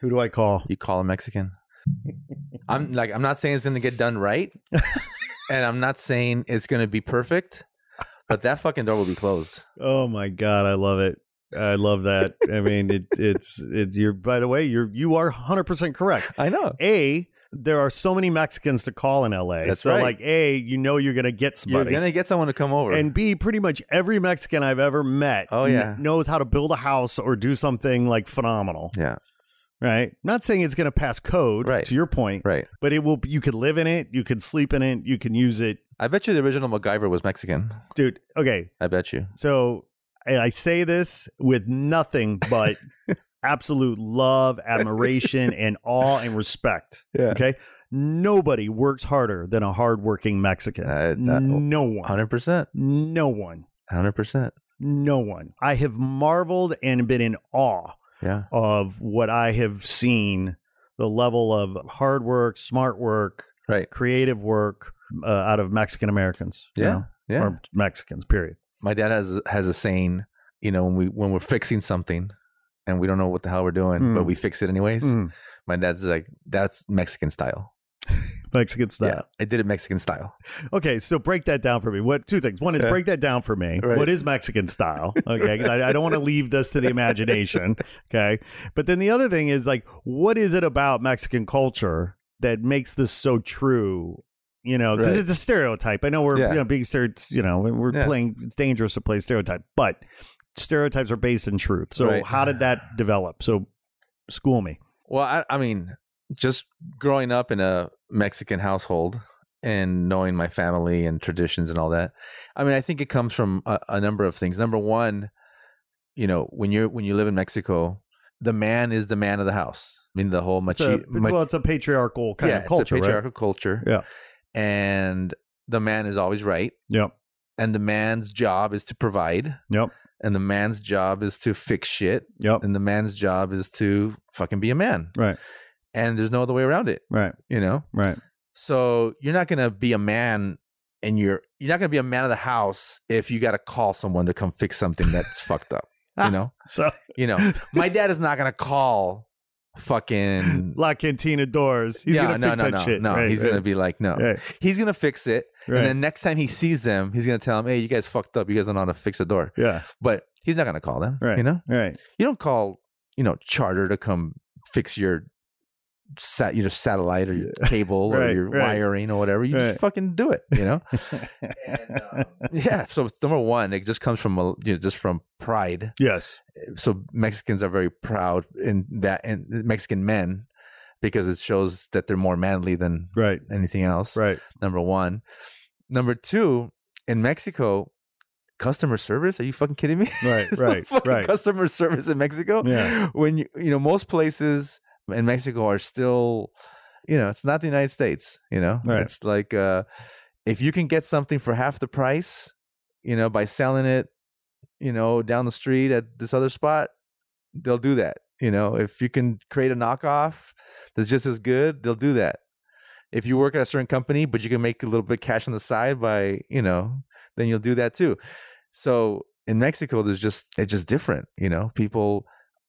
C: who do i call
D: You call a Mexican. I'm like, I'm not saying it's going to get done right. and I'm not saying it's going to be perfect, but that fucking door will be closed.
C: oh my god i love it i love that i mean it, it's it, you're by the way you're you are 100% correct
D: I know.
C: A, there are so many Mexicans to call in LA.
D: That's
C: so
D: right.
C: like A, you know you're gonna get
D: You're
C: somebody.
D: going to get someone to come over.
C: and B, pretty much every Mexican I've ever met
D: Oh, yeah.
C: kn- knows how to build a house or do something like phenomenal.
D: yeah.
C: Right? Not saying it's gonna pass code
D: Right.
C: to your point,
D: Right.
C: but it will you could live in it, you could sleep in it, you can use it.
D: I bet you the original MacGyver was Mexican.
C: Dude, okay.
D: I bet you.
C: So and I say this with nothing but absolute love, admiration, and awe and respect.
D: Yeah.
C: Okay. Nobody works harder than a hardworking Mexican.
D: Uh, that-
C: no one.
D: 100%.
C: No one.
D: 100%.
C: No one. I have marveled and been in awe
D: Yeah.
C: of what I have seen the level of hard work, smart work,
D: Right.
C: creative work uh, out of Mexican Americans. you
D: Yeah.
C: know,
D: Yeah.
C: Or Mexicans, period.
D: my dad has has a saying, you know, when we when we're fixing something and we don't know what the hell we're doing,
C: Mm.
D: but we fix it anyways.
C: Mm.
D: My dad's like, that's Mexican style.
C: Mexican style.
D: Yeah, I did it Mexican style.
C: Okay, so break that down for me. What two things? One is
D: Yeah.
C: break that down for me.
D: Right.
C: What is Mexican style? Okay, 'cause I, I don't want to leave this to the imagination. Okay, but then the other thing is like, what is it about Mexican culture that makes this so true? You know, because
D: Right.
C: it's a stereotype. I know we're
D: Yeah.
C: you know being stereotypes. You know, we're
D: Yeah.
C: playing. It's dangerous to play stereotype, but stereotypes are based in truth. So
D: Right.
C: how did that develop? So school me.
D: Well, I, I mean, just growing up in a Mexican household and knowing my family and traditions and all that. I mean, I think it comes from a, a number of things. Number one, you know, when you're when you live in Mexico, the man is the man of the house. I mean, the whole
C: It's
D: machi-
C: a, it's,
D: mach-
C: well, it's a patriarchal kind of culture,
D: It's a
C: right?
D: patriarchal culture.
C: Yeah.
D: And the man is always right.
C: Yep.
D: And the man's job is to provide.
C: Yep.
D: And the man's job is to fix shit.
C: Yep.
D: And the man's job is to fucking be a man.
C: Right.
D: And there's no other way around it,
C: Right.
D: you know?
C: Right.
D: So you're not gonna be a man and you're you're not gonna be a man of the house if you gotta call someone to come fix something that's fucked up. You know?
C: So
D: You know. My dad is not gonna call fucking
C: La Cantina doors. He's
D: Yeah,
C: gonna
D: no,
C: fix
D: no,
C: that
D: no,
C: shit.
D: No,
C: Right,
D: he's
C: right,
D: gonna be like, no,
C: right,
D: he's gonna fix it.
C: right.
D: And then next time he sees them, he's gonna tell them, "Hey, you guys fucked up. You guys don't know how to fix the door."
C: yeah,
D: But he's not gonna call them.
C: Right.
D: You know,
C: right,
D: you don't call, you know, Charter to come fix your sat you know satellite or your cable
C: Right,
D: or your
C: right.
D: wiring or whatever. You
C: Right.
D: just fucking do it, you know. and, um, yeah. So number one, it just comes from a- you know, just from pride.
C: yes.
D: So Mexicans are very proud in that, and Mexican men, because it shows that they're more manly than
C: Right.
D: anything else.
C: Right.
D: Number one. Number two, in Mexico, customer service. Are you fucking kidding me?
C: Right.
D: There's no
C: Right.
D: fucking
C: right.
D: customer service in Mexico.
C: Yeah.
D: When you you know most places in Mexico are still, you know, it's not the United States. You know,
C: Right.
D: it's like uh, if you can get something for half the price, you know, by selling it, you know, down the street at this other spot, they'll do that. You know, if you can create a knockoff that's just as good, they'll do that. If you work at a certain company, but you can make a little bit cash on the side by, you know, then you'll do that too. So in Mexico, there's just it's just different. You know, people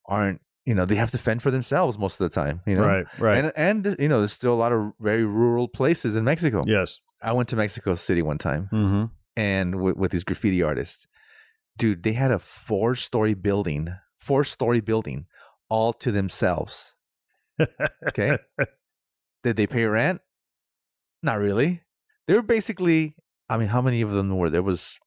D: aren't you know they have to fend for themselves most of the time. You know,
C: Right. Right.
D: and and you know there's still a lot of very rural places in Mexico.
C: yes.
D: I went to Mexico City one time
C: Mm-hmm.
D: and with, with these graffiti artists, dude, they had a four story building, four story building, all to themselves. Okay, did they pay rent? Not really. They were basically. I mean, how many of them were there? Was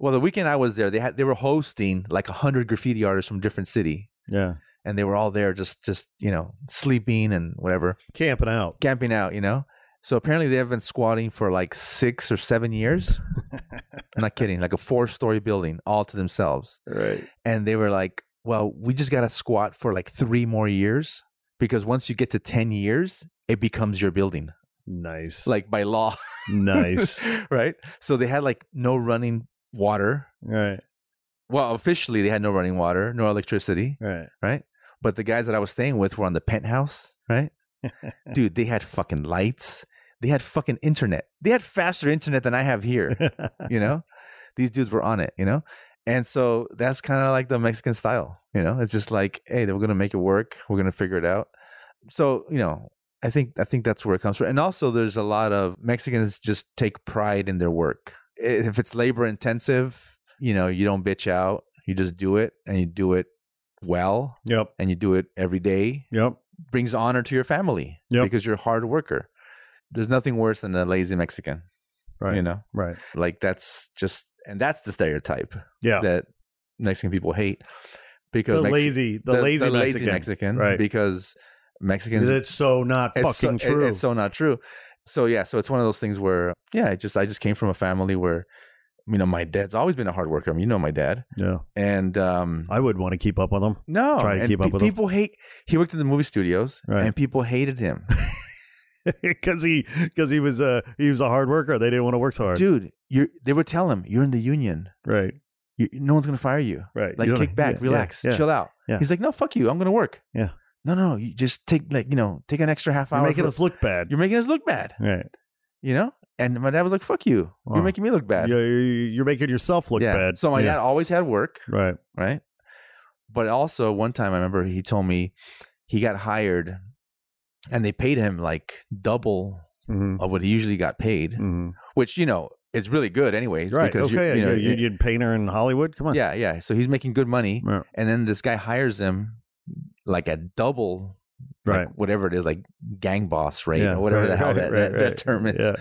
D: well, the weekend I was there, they had they were hosting like a hundred graffiti artists from different city,
C: Yeah.
D: and they were all there just just you know sleeping and whatever
C: Camping out.
D: camping out, you know? So apparently they have been squatting for like six or seven years. I'm not kidding, like a four story building all to themselves.
C: Right.
D: And they were like, well, we just got to squat for like three more years because once you get to 10 years, it becomes your building,
C: Nice.
D: like by law,
C: nice.
D: right? So they had like no running water.
C: right.
D: Well, officially they had no running water, no electricity,
C: Right.
D: right? But the guys that I was staying with were on the penthouse, right? Dude, they had fucking lights. They had fucking internet. They had faster internet than I have here. You know, these dudes were on it. You know, and so that's kind of like the Mexican style. You know, it's just like, hey, we're gonna make it work. We're gonna figure it out. So you know, I think I think that's where it comes from. And also, there's a lot of Mexicans just take pride in their work. If it's labor intensive, you know, you don't bitch out. You just do it, and you do it well,
C: yep.
D: and you do it every day
C: Yep.
D: brings honor to your family
C: Yep.
D: because you're a hard worker. There's nothing worse than a lazy Mexican,
C: Right.
D: you know?
C: Right.
D: Like that's just and that's the stereotype
C: Yeah.
D: that Mexican people hate because
C: the
D: Mexi-
C: lazy, the, lazy Mexican.
D: Mexican,
C: Right.
D: because Mexicans
C: Because it's so not
D: it's so-
C: fucking
D: it-
C: true.
D: it's so not true. So yeah, so it's one of those things where yeah, I just I just came from a family where you know my dad's always been a hard worker. I mean, you know my dad,
C: yeah.
D: and um,
C: I would want to keep up with them.
D: No,
C: Try to
D: and
C: keep up with him.
D: people hate. He worked in the movie studios,
C: Right.
D: and people hated him.
C: because he because he was a he was a hard worker. They didn't want to work so hard.
D: Dude, you they would tell him you're in the union.
C: Right.
D: You, no one's gonna fire you.
C: Right.
D: Like
C: You don't-
D: kick back,
C: yeah,
D: relax,
C: yeah, yeah.
D: chill out.
C: yeah.
D: He's like, no, fuck you. I'm gonna work.
C: Yeah.
D: No, no, you just take like you know take an extra half hour.
C: You're making
D: for-
C: us look bad.
D: You're making us look bad.
C: right.
D: You know. And my dad was like, fuck you.
C: Wow.
D: You're making me look bad.
C: You're, you're you're making yourself Oh. look
D: Yeah.
C: bad.
D: So my
C: yeah.
D: dad always had work.
C: Right.
D: right? But also one time I remember he told me he got hired and they paid him like double
C: Mm-hmm.
D: of what he usually got paid,
C: hmm
D: which you know is really good anyways
C: Right.
D: because
C: okay.
D: you-
C: yeah,
D: you, know,
C: you- you'd painter in Hollywood. Come on.
D: yeah, yeah. So he's making good money
C: Yeah.
D: and then this guy hires him like at double like,
C: Right.
D: whatever it is like gang boss rate
C: Yeah,
D: or whatever
C: right,
D: the hell
C: right,
D: that,
C: right,
D: that, that
C: right.
D: term is.
C: Yeah.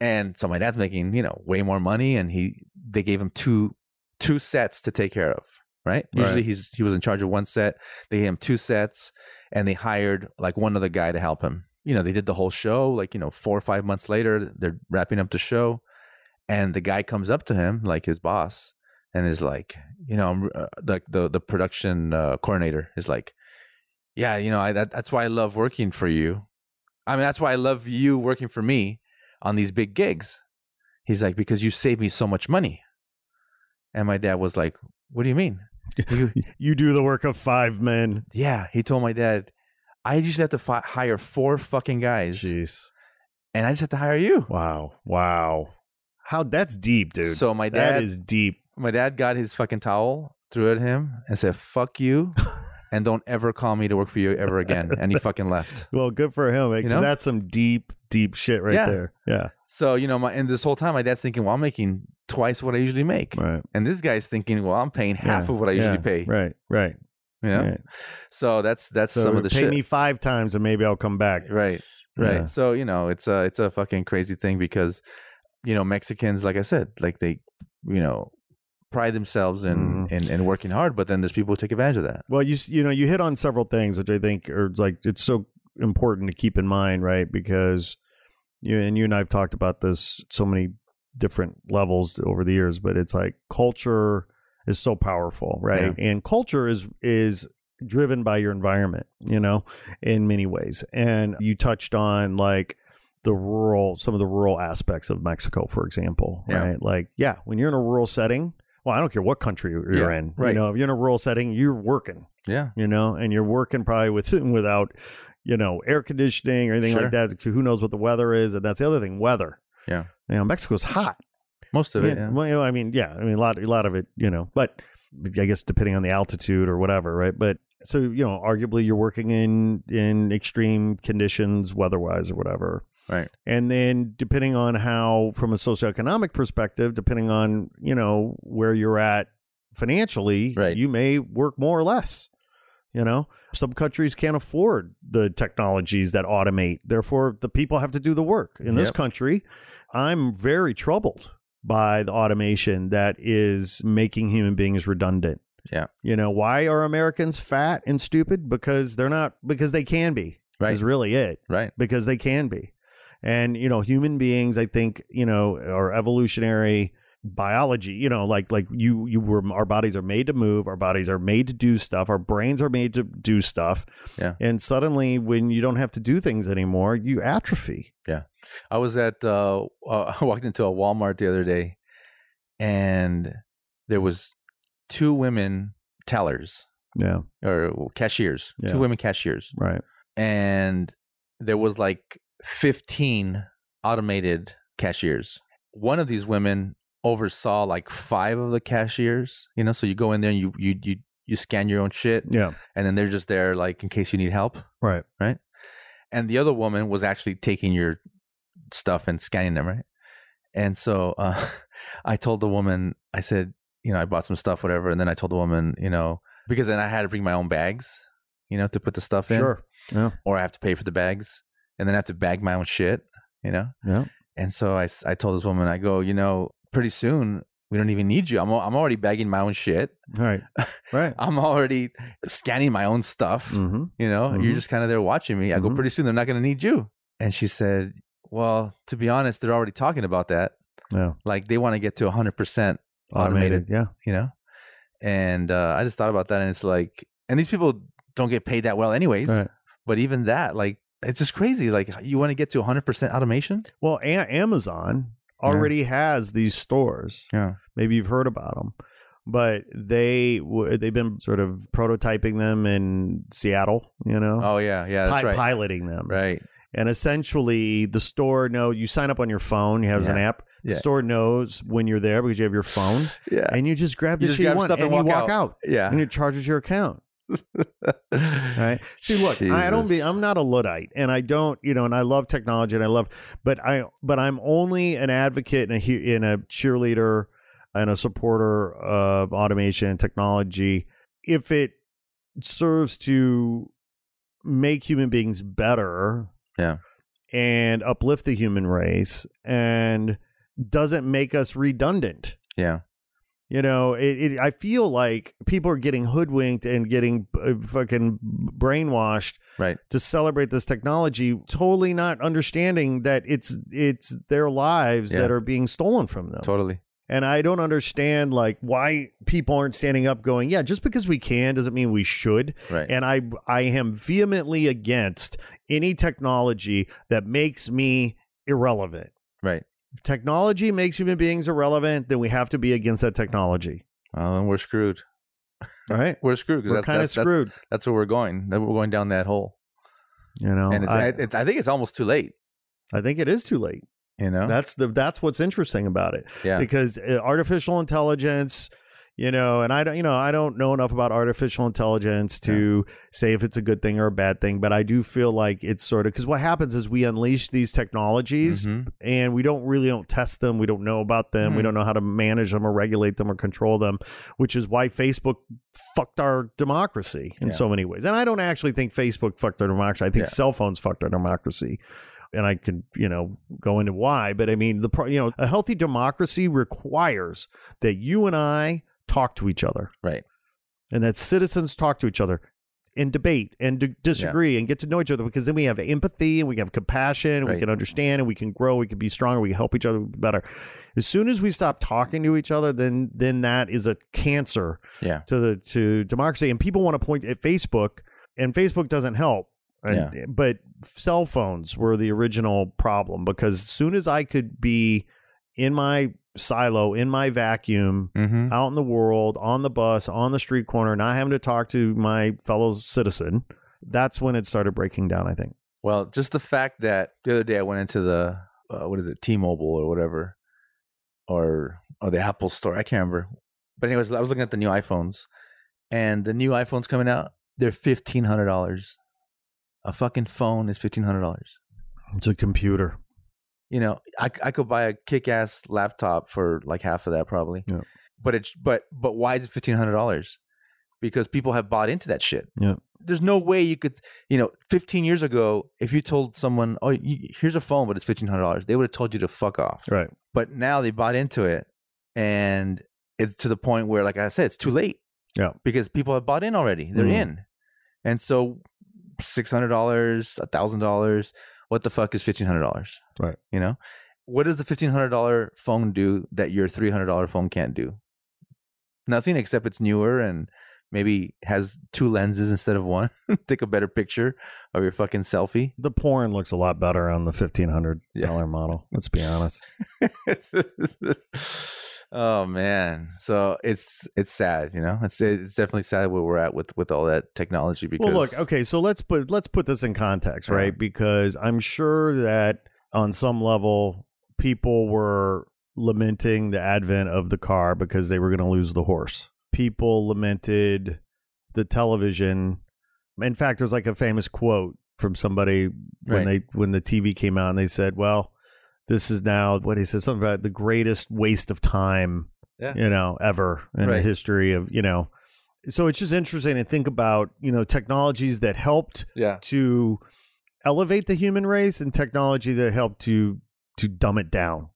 D: And so my dad's making, you know, way more money and he they gave him two two sets to take care of, right? Usually
C: Right.
D: he's he was in charge of one set. They gave him two sets and they hired like one other guy to help him. You know, they did the whole show like, you know, 4 or 5 months later, they're wrapping up the show and the guy comes up to him like his boss and is like, you know, I'm, uh, like the the production uh, coordinator is like, yeah, you know, I that, that's why I love working for you. I mean, that's why I love you working for me on these big gigs. He's like, because you save me so much money. And my dad was like, what do you mean? You-
C: You do the work of five men.
D: yeah, he told my dad, I usually have to fi- hire four fucking guys,
C: Jeez.
D: and I just have to hire you.
C: Wow. Wow. How that's deep, dude.
D: so my dad
C: that is deep.
D: my dad got his fucking towel, threw it at him, and said, "Fuck you, and don't ever call me to work for you ever again." And he fucking left.
C: Well, good for him because
D: You know?
C: that's some deep, deep shit right
D: Yeah.
C: there. Yeah.
D: So you know, my and this whole time, my dad's thinking, "Well, I'm making twice what I usually make,"
C: Right.
D: and this guy's thinking, "Well, I'm paying half
C: Yeah,
D: of what I usually
C: yeah,
D: pay."
C: Right. Right.
D: Yeah.
C: Right.
D: So that's that's
C: So
D: some of the
C: pay
D: shit.
C: me five times and maybe I'll come back.
D: right. Right.
C: Yeah.
D: So, you know, it's a it's a fucking crazy thing because you know, Mexicans like I said, like they, you know, pride themselves in
C: Mm-hmm.
D: in, in working hard, but then there's people who take advantage of that.
C: Well, you s- you know you hit on several things which I think are like it's so important to keep in mind, right? Because you and you and I've talked about this so many different levels over the years, but it's like culture is so powerful, right? And culture is is driven by your environment, you know, in many ways. And you touched on like the rural some of the rural aspects of Mexico, for example,
D: Yeah.
C: right? Like yeah, when you're in a rural setting, well, I don't care what country you're
D: Yeah,
C: in. You
D: right.
C: know, if you're in a rural setting, you're working,
D: Yeah.
C: you know, and you're working probably with without, you know, air conditioning or anything
D: Sure.
C: like that. Who knows what the weather is? And that's the other thing, weather.
D: Yeah.
C: You know, Mexico's hot.
D: Most of it.
C: Yeah,
D: Yeah.
C: Well, you know, I mean, yeah, I mean, a lot, a lot of it, you know, but I guess depending on the altitude or whatever, right? But so you know, arguably you're working in in extreme conditions, weather-wise or whatever.
D: Right.
C: And then depending on how, from a socioeconomic perspective, depending on you know where you're at financially,
D: Right.
C: you may work more or less. You know, some countries can't afford the technologies that automate. Therefore, the people have to do the work. In this
D: Yep.
C: country, I'm very troubled by the automation that is making human beings redundant.
D: Yeah.
C: You know, why are Americans fat and stupid? Because they're not, because they can be,
D: Right.
C: is really it
D: Right.
C: because they can be. And you know, human beings, I think, you know, are evolutionary biology. You know, like like you you were our bodies are made to move, our bodies are made to do stuff, our brains are made to do stuff.
D: Yeah.
C: And suddenly, when you don't have to do things anymore, you atrophy.
D: I was at uh, uh I walked into a Walmart the other day and there was two women tellers
C: Yeah.
D: or cashiers,
C: Yeah.
D: two women cashiers.
C: Right.
D: And there was like 15 automated cashiers. One of these women oversaw like five of the cashiers, you know, so you go in there and you you you you scan your own shit
C: Yeah.
D: and then they're just there like in case you need help.
C: Right.
D: and the other woman was actually taking your stuff and scanning them, right? And so uh, I told the woman, I said, you know, I bought some stuff, whatever, and then I told the woman, you know, because then I had to bring my own bags, you know, to put the stuff in,
C: Sure.
D: or I have to pay for the bags, and then I have to bag my own shit, you know.
C: Yeah.
D: And so I, s- I told this woman, I go, you know, pretty soon we don't even need you. I'm al- I'm already bagging my own shit.
C: Right. Right.
D: I'm already scanning my own stuff.
C: mm-hmm.
D: You know, you're
C: Mhm.
D: just kind of there watching me. I go,
C: Mhm.
D: pretty soon they're not going to need you. Mm-hmm. And she said, well, to be honest, they're already talking about that.
C: Yeah.
D: Like they want to get to 100%,
C: Automated.
D: Automated.
C: Yeah.
D: you know? And uh, I just thought about that. And it's like, and these people don't get paid that well, anyways.
C: Right.
D: But even that, like, it's just crazy. Like, you want to get to 100% automation?
C: Well, a- Amazon
D: Yeah.
C: already has these stores.
D: Yeah.
C: maybe you've heard about them, but they w- they've been sort of prototyping them in Seattle. You know,
D: Oh, yeah. Yeah. That's
C: Pi-
D: right.
C: piloting them.
D: Right.
C: And essentially, the store know you sign up on your phone. You have an
D: Yeah.
C: app. The
D: Yeah.
C: store knows when you're there because you have your phone,
D: Yeah.
C: and you just grab the
D: You just
C: shit you
D: grab
C: want
D: stuff
C: and,
D: and
C: you
D: walk
C: walk out, and
D: Yeah.
C: it charges your account.
D: right.
C: Right. See, look, I don't be. I'm not a luddite, and I don't, you know, and I love technology, and I love, but I, but I'm only an advocate and a hu- and a cheerleader and a supporter of automation and technology if it serves to make human beings better.
D: Yeah.
C: And uplift the human race, and doesn't make us redundant.
D: Yeah.
C: You know, it, it. I feel like people are getting hoodwinked and getting uh, fucking brainwashed
D: Right.
C: to celebrate this technology, totally not understanding that it's it's their lives
D: Yeah.
C: that are being stolen from them.
D: Totally.
C: And I don't understand like why people aren't standing up, going, "Yeah, just because we can doesn't mean we should."
D: Right.
C: And I I am vehemently against any technology that makes me irrelevant.
D: right.
C: If technology makes human beings irrelevant, then we have to be against that technology.
D: Well, then we're screwed.
C: Right?
D: We're screwed. 'cause
C: We're
D: that's-
C: kind of
D: that's- that's-
C: screwed.
D: that's where we're going. That we're going down that hole,
C: you know,
D: and it's, I,
C: Oh, I,
D: it's, I think it's almost too late.
C: I think it is too late.
D: You know,
C: That's the that's what's interesting about it
D: yeah,
C: because uh, artificial intelligence, you know and i don't you know i don't know enough about artificial intelligence to say if it's a good thing or a bad thing but i do feel like it's sort of because what happens is we unleash these technologies
D: Mhm.
C: and we don't really don't test them we don't know about them we
D: Mhm.
C: don't know how to manage them or regulate them or control them which is why facebook fucked our democracy in
D: Yeah.
C: so many ways and i don't actually think facebook fucked our democracy i think
D: Yeah.
C: cell phones fucked our democracy and I could, you know, go into why, but I mean, the pro- you know, a healthy democracy requires that you and I talk to each other,
D: Right.
C: and that citizens talk to each other and debate and d- disagree and get to know each other because then we have empathy and we have compassion and we
D: Right.
C: can understand and we can grow we can be stronger we can help each other be better as soon as we stop talking to each other then then that is a cancer
D: Yeah.
C: to the to democracy and people want to point at facebook and facebook doesn't help and, but cell phones were the original problem because as soon as i could be in my silo in my vacuum
D: Mm-hmm.
C: out in the world, on the bus, on the street corner, not having to talk to my fellow citizen, that's when it started breaking down, I think.
D: Well, just the fact that the other day I went into the uh, what is it, T-Mobile or whatever, or or the Apple Store. I can't remember. But anyways, I was looking at the new iPhones, and the new iPhones coming out, they're fifteen hundred dollars. A fucking phone is fifteen hundred dollars.
C: It's a computer.
D: You know, I, I could buy a kick-ass laptop for like half of that probably.
C: Yeah.
D: But it's but but why is it fifteen hundred dollars? Because people have bought into that shit
C: Yeah.
D: there's no way you could you know 15 years ago if you told someone oh you, here's a phone but it's $1500 they would have told you to fuck off
C: Right.
D: but now they bought into it and it's to the point where like i said it's too late
C: Yeah.
D: because people have bought in already they're
C: Mhm.
D: in and so $600 $1000 what the fuck is $1500
C: Right.
D: you know what does the $1500 phone do that your $300 phone can't do nothing except it's newer and maybe has two lenses instead of one take a better picture of your fucking selfie
C: The porn looks a lot better on the $1,500
D: Yeah.
C: model. Let's be honest.
D: oh man so it's it's sad you know it's it's definitely sad where we're at with with all that technology because
C: well, look, okay, so let's put let's put this in context,
D: Yeah.
C: right? Because I'm sure that on some level people were lamenting the advent of the car because they were going to lose the horse. People lamented the television. In fact, there's like a famous quote from somebody when they when the TV came out and they said, "Well, this is now what he said something about the greatest waste of time,
D: Yeah.
C: you know, ever in the
D: Right.
C: history of you know." So it's just interesting to think about you know technologies that helped
D: yeah
C: to elevate the human race and technology that helped to to dumb it down,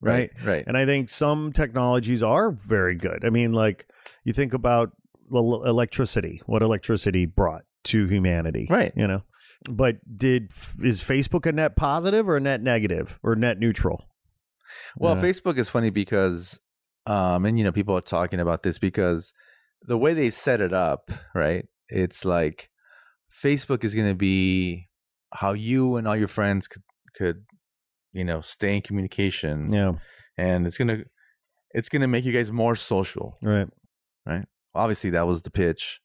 C: right?
D: right
C: And I think some technologies are very good. I mean, like you think about el- electricity, what electricity brought to humanity,
D: Right.
C: You know, but did is Facebook a net positive or a net negative or net neutral? Uh,
D: Well,
C: Yeah.
D: Facebook is funny because, um, and you know, people are talking about this because the way they set it up, right? It's like Facebook is going to be how you and all your friends could, could, you know, stay in communication,
C: Yeah,
D: and it's gonna, it's gonna make you guys more social.
C: right.
D: Obviously, that was the pitch,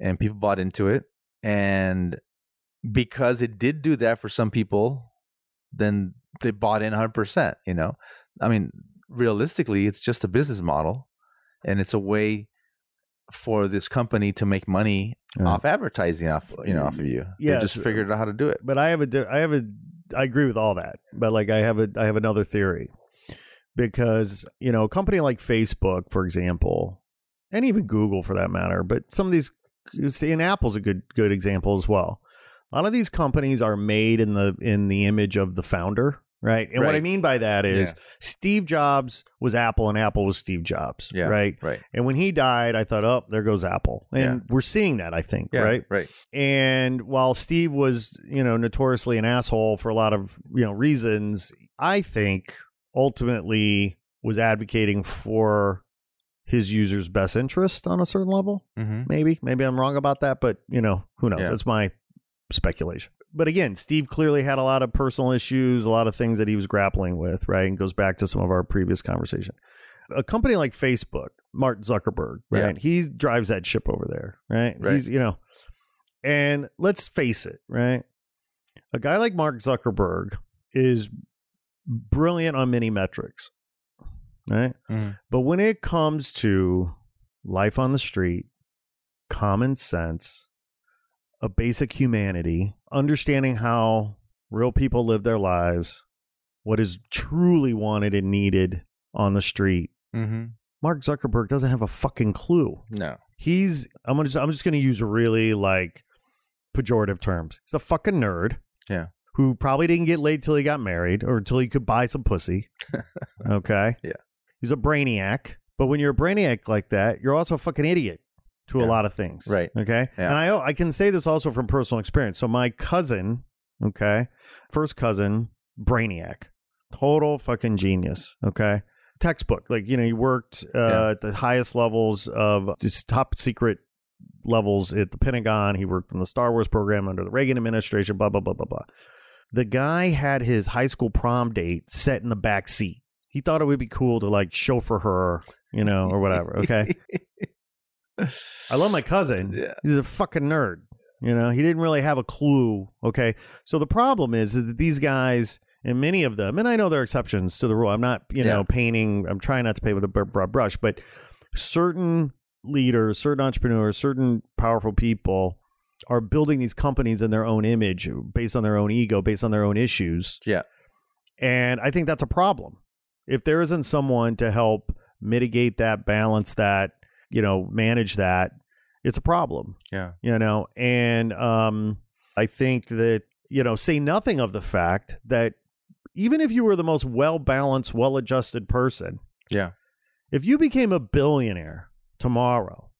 D: and people bought into it, and because it did do that for some people, then they bought in 100%, you know. I mean, realistically, it's just a business model and it's a way for this company to make money
C: Yeah.
D: off advertising off, you know, off of you.
C: Yeah,
D: they just
C: it's-
D: figured out how to do it.
C: But I have a di- I have a I agree with all that, but like I have a I have another theory because you know a company like Facebook, for example, and even Google for that matter, but some of these see, and Apple's a good good example as well. A lot of these companies are made in the in the image of the founder, right? And what I
D: Right.
C: mean by that is Steve Jobs was Apple, and Apple was Steve Jobs,
D: Yeah.
C: right?
D: Right.
C: And when he died, I thought, oh, there goes Apple, and
D: Yeah.
C: we're seeing that, I think,
D: Yeah,
C: right?
D: Right.
C: And while Steve was, you know, notoriously an asshole for a lot of, you know, reasons, I think ultimately was advocating for his users' best interest on a certain level.
D: Mm-hmm.
C: Maybe, maybe I'm wrong about that, but you know, who knows?
D: Yeah.
C: That's my speculation. But again, Steve clearly had a lot of personal issues, a lot of things that he was grappling with, right? And goes back to some of our previous conversation. A company like Facebook, Mark Zuckerberg, right? He drives that ship over there, right?
D: Right.
C: He's, you know, and let's face it, right? A guy like Mark Zuckerberg is brilliant on many metrics. right?
D: Mhm.
C: But when it comes to life on the street, common sense, a basic humanity, understanding how real people live their lives, what is truly wanted and needed on the street,
D: Mm-hmm.
C: Mark Zuckerberg doesn't have a fucking clue.
D: No.
C: He's I'm gonna I'm just gonna use really like pejorative terms. He's a fucking nerd.
D: Yeah.
C: Who probably didn't get laid till he got married or till he could buy some pussy. okay.
D: Yeah.
C: He's a brainiac. But when you're a brainiac like that, you're also a fucking idiot to a
D: Yeah.
C: lot of things.
D: Right.
C: Okay.
D: Yeah.
C: And I I can say this also from personal experience. So my cousin, okay, first cousin, brainiac, total fucking genius. Okay. Textbook, like you know, he worked uh,
D: Yeah.
C: at the highest levels of just top secret levels at the Pentagon. He worked in the Star Wars program under the Reagan administration. Blah blah blah blah blah. The guy had his high school prom date set in the back seat. He thought it would be cool to like chauffeur her, you know, or whatever. Okay. I love my cousin.
D: Yeah.
C: He's a fucking nerd. You know, he didn't really have a clue. Okay. So the problem is, is that these guys, and many of them, and I know there are exceptions to the rule. I'm not, you know,
D: Yeah.
C: painting, I'm trying not to paint with a br- broad brush, but certain leaders, certain entrepreneurs, certain powerful people are building these companies in their own image based on their own ego, based on their own issues.
D: Yeah.
C: And I think that's a problem. If there isn't someone to help mitigate that, balance that, you know, manage that, it's a problem,
D: Yeah.
C: you know. And um I think that, you know, say nothing of the fact that even if you were the most well-balanced, well-adjusted person,
D: Yeah.
C: if you became a billionaire tomorrow,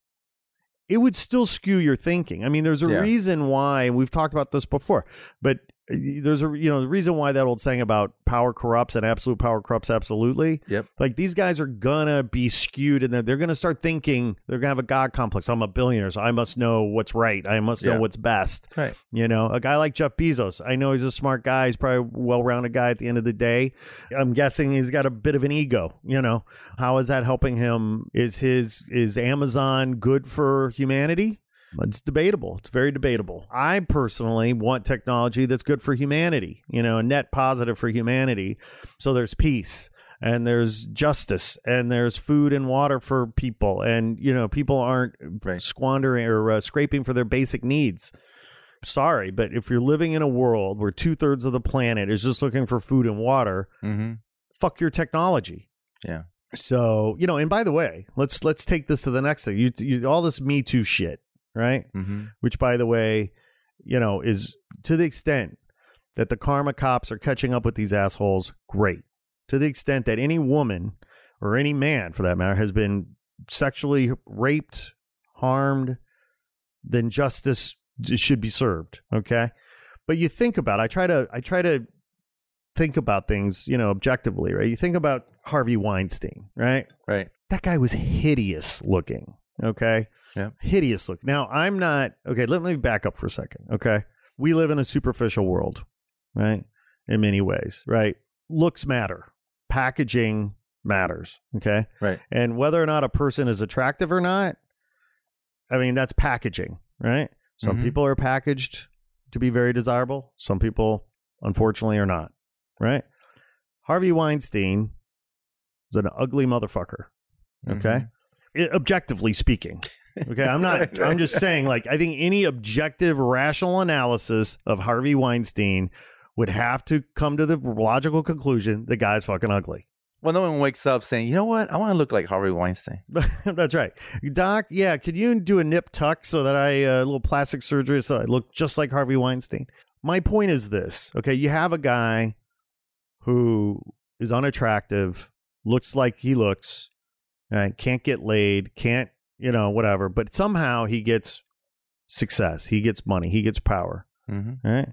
C: it would still skew your thinking. I mean, there's a
D: Yeah.
C: reason why we've talked about this before, but uh, there's a you know the reason why that old saying about power corrupts and absolute power corrupts absolutely.
D: Yep.
C: Like these guys are gonna be skewed, and they're, they're gonna start thinking they're gonna have a god complex. I'm a billionaire, so I must know what's right. I must know
D: Yeah.
C: what's best.
D: Right.
C: You know, a guy like Jeff Bezos, I know he's a smart guy. He's probably a well rounded guy at the end of the day. I'm guessing he's got a bit of an ego. You know, how is that helping him? Is his is Amazon good for humanity? It's debatable. It's very debatable. I personally want technology that's good for humanity, you know, a net positive for humanity. So there's peace and there's justice and there's food and water for people. And, you know, people aren't
D: Right.
C: squandering or uh, scraping for their basic needs sorry, but if you're living in a world where two thirds of the planet is just looking for food and water,
D: Mm-hmm.
C: fuck your technology.
D: Yeah.
C: So you know, and by the way, let's let's take this to the next thing. You, you all this Me Too shit, right?
D: Mm-hmm.
C: Which, by the way, you know, is to the extent that the karma cops are catching up with these assholes, great. To the extent that any woman or any man, for that matter, has been sexually raped, harmed, then justice j- should be served. Okay, but you think about. I try to. I try to think about things, you know, objectively, right? You think about Harvey Weinstein, right?
D: Right.
C: that guy was hideous looking. Okay.
D: Yeah.
C: Hideous look. Now I'm not okay, let me back up for a second. Okay. We live in a superficial world, right? In many ways, right? Looks matter. Packaging matters. Okay.
D: Right.
C: And whether or not a person is attractive or not, I mean, that's packaging, right? Some
D: Mhm.
C: people are packaged to be very desirable. Some people, unfortunately, are not, right? Harvey Weinstein is an ugly motherfucker
D: Mm-hmm.
C: okay I- uh, objectively speaking okay i'm not
D: Right,
C: i'm
D: right.
C: just saying like i think any objective rational analysis of harvey weinstein would have to come to the logical conclusion the guy's fucking ugly
D: Well, no one wakes up saying, "You know what? I want to look like Harvey Weinstein."
C: that's right doc yeah could you do a nip tuck so that i uh, a little plastic surgery so i look just like harvey weinstein my point is this okay you have a guy who is unattractive looks like he looks right? can't get laid can't you know whatever but somehow he gets success he gets money he gets power
D: Mm-hmm.
C: all right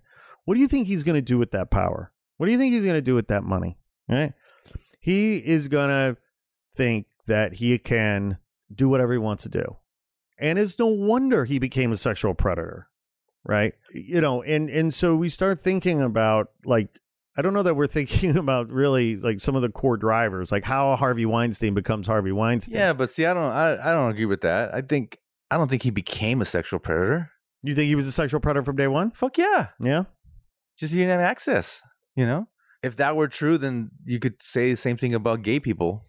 C: what do you think he's going to do with that power what do you think he's going to do with that money all right he is going to think that he can do whatever he wants to do and it's no wonder he became a sexual predator right you know and and so we start thinking about like i don't know that we're thinking about really like some of the core drivers like how harvey weinstein becomes harvey weinstein
D: Yeah, but see, I don't, I, I don't agree with that. I think, I don't think he became a sexual predator.
C: you think he was a sexual predator from day one
D: Fuck yeah,
C: yeah
D: just he didn't have access. You know, if that were true, then you could say the same thing about gay people.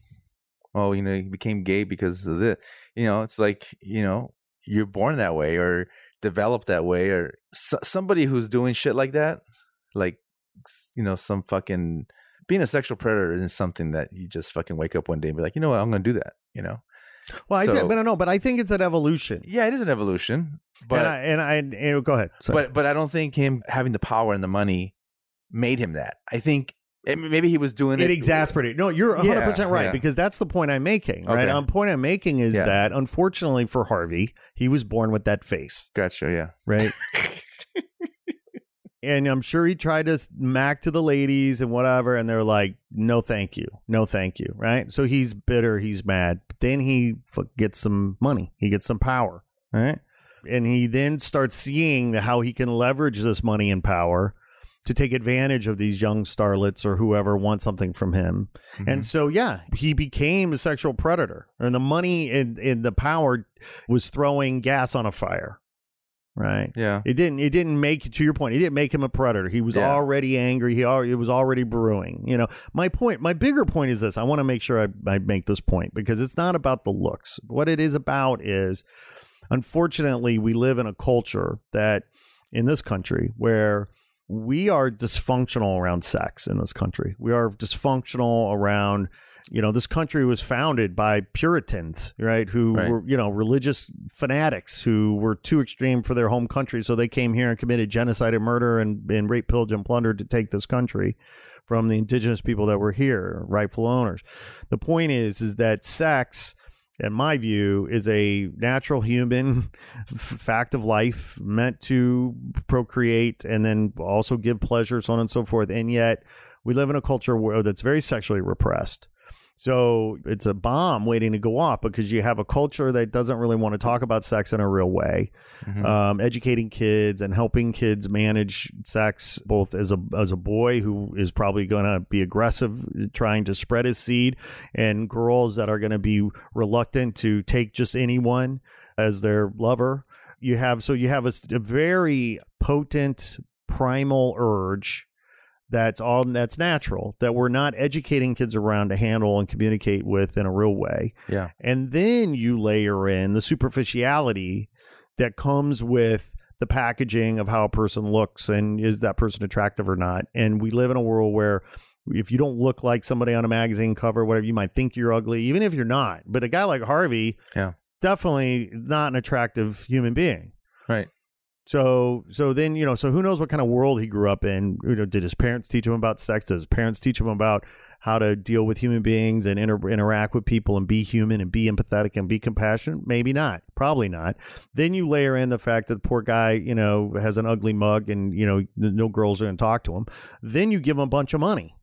D: oh, you know, he became gay because of this. You know, it's like, you know, you're born that way or developed that way or s- somebody who's doing shit like that, like, s- you know, some fucking being a sexual predator isn't something that you just fucking wake up one day and be like, you know what, I'm going to do that, you know?
C: Well, I,
D: So-
C: think, but I know, but I think it's an evolution.
D: Yeah, it is an evolution, but.
C: and I, and I and- go ahead. Sorry.
D: But but I don't think him having the power and the money made him that. I think and maybe he was doing it.
C: it exasperated. No, you're 100
D: Yeah,
C: percent right
D: yeah.
C: because that's the point I'm making. Right,
D: Okay.
C: um, point I'm making is
D: Yeah.
C: that unfortunately for Harvey, he was born with that face.
D: Gotcha. Yeah.
C: Right. and I'm sure he tried to mac to the ladies and whatever, and they're like, "No, thank you, no, thank you." Right? So he's bitter, he's mad. But then he f- gets some money, he gets some power, right? And he then starts seeing how he can leverage this money and power to take advantage of these young starlets or whoever wants something from him.
D: Mm-hmm.
C: And so, yeah, he became a sexual predator, and the money and, and the power was throwing gas on a fire, right?
D: yeah.
C: It didn't. It didn't make to your point. It didn't make him a predator. He was
D: Yeah.
C: already angry. He already, it was already brewing. You know, my point. My bigger point is this. I want to make sure I, I make this point because it's not about the looks. What it is about is, unfortunately, we live in a culture that in this country where we are dysfunctional around sex. In this country, we are dysfunctional around. You know, this country was founded by Puritans, right? Who
D: Right.
C: were were, you know religious fanatics who were too extreme for their home country so they came here and committed genocide and murder and, and rape pillage and plunder to take this country from the indigenous people that were here rightful owners the point is is that sex in my view is a natural human f- fact of life meant to procreate and then also give pleasure so on and so forth and yet we live in a culture where, that's very sexually repressed so it's a bomb waiting to go off because you have a culture that doesn't really want to talk about sex in a real way.
D: Mhm.
C: Um, educating kids and helping kids manage sex, both as a as a boy who is probably going to be aggressive, trying to spread his seed, and girls that are going to be reluctant to take just anyone as their lover. You have so you have a, s- a very potent primal urge that's all that's natural that we're not educating kids around to handle and communicate with in a real way
D: yeah.
C: and then you layer in the superficiality that comes with the packaging of how a person looks and is that person attractive or not and we live in a world where if you don't look like somebody on a magazine cover whatever you might think you're ugly even if you're not but a guy like harvey
D: Yeah.
C: definitely not an attractive human being
D: Right.
C: so so then you know so who knows what kind of world he grew up in? You know, did his parents teach him about sex? Did his parents teach him about how to deal with human beings and inter- interact with people and be human and be empathetic and be compassionate? Maybe not. Probably not. Then you layer in the fact that the poor guy, you know, has an ugly mug and you know n- no girls are going to talk to him. Then you give him a bunch of money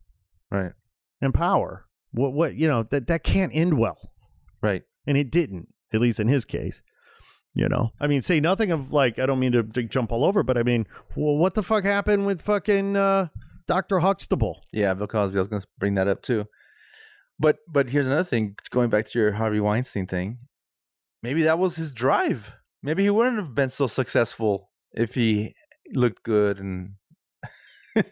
D: Right.
C: and power. What what you know that that can't end well
D: Right.
C: and it didn't at least in his case you know i mean say nothing of like i don't mean to, to jump all over but i mean well, what the fuck happened with fucking uh, dr huxtable
D: Yeah. Bill Cosby. I was going to bring that up too. But but here's another thing. Going back to your Harvey Weinstein thing, maybe that was his drive. Maybe he wouldn't have been so successful if he looked good and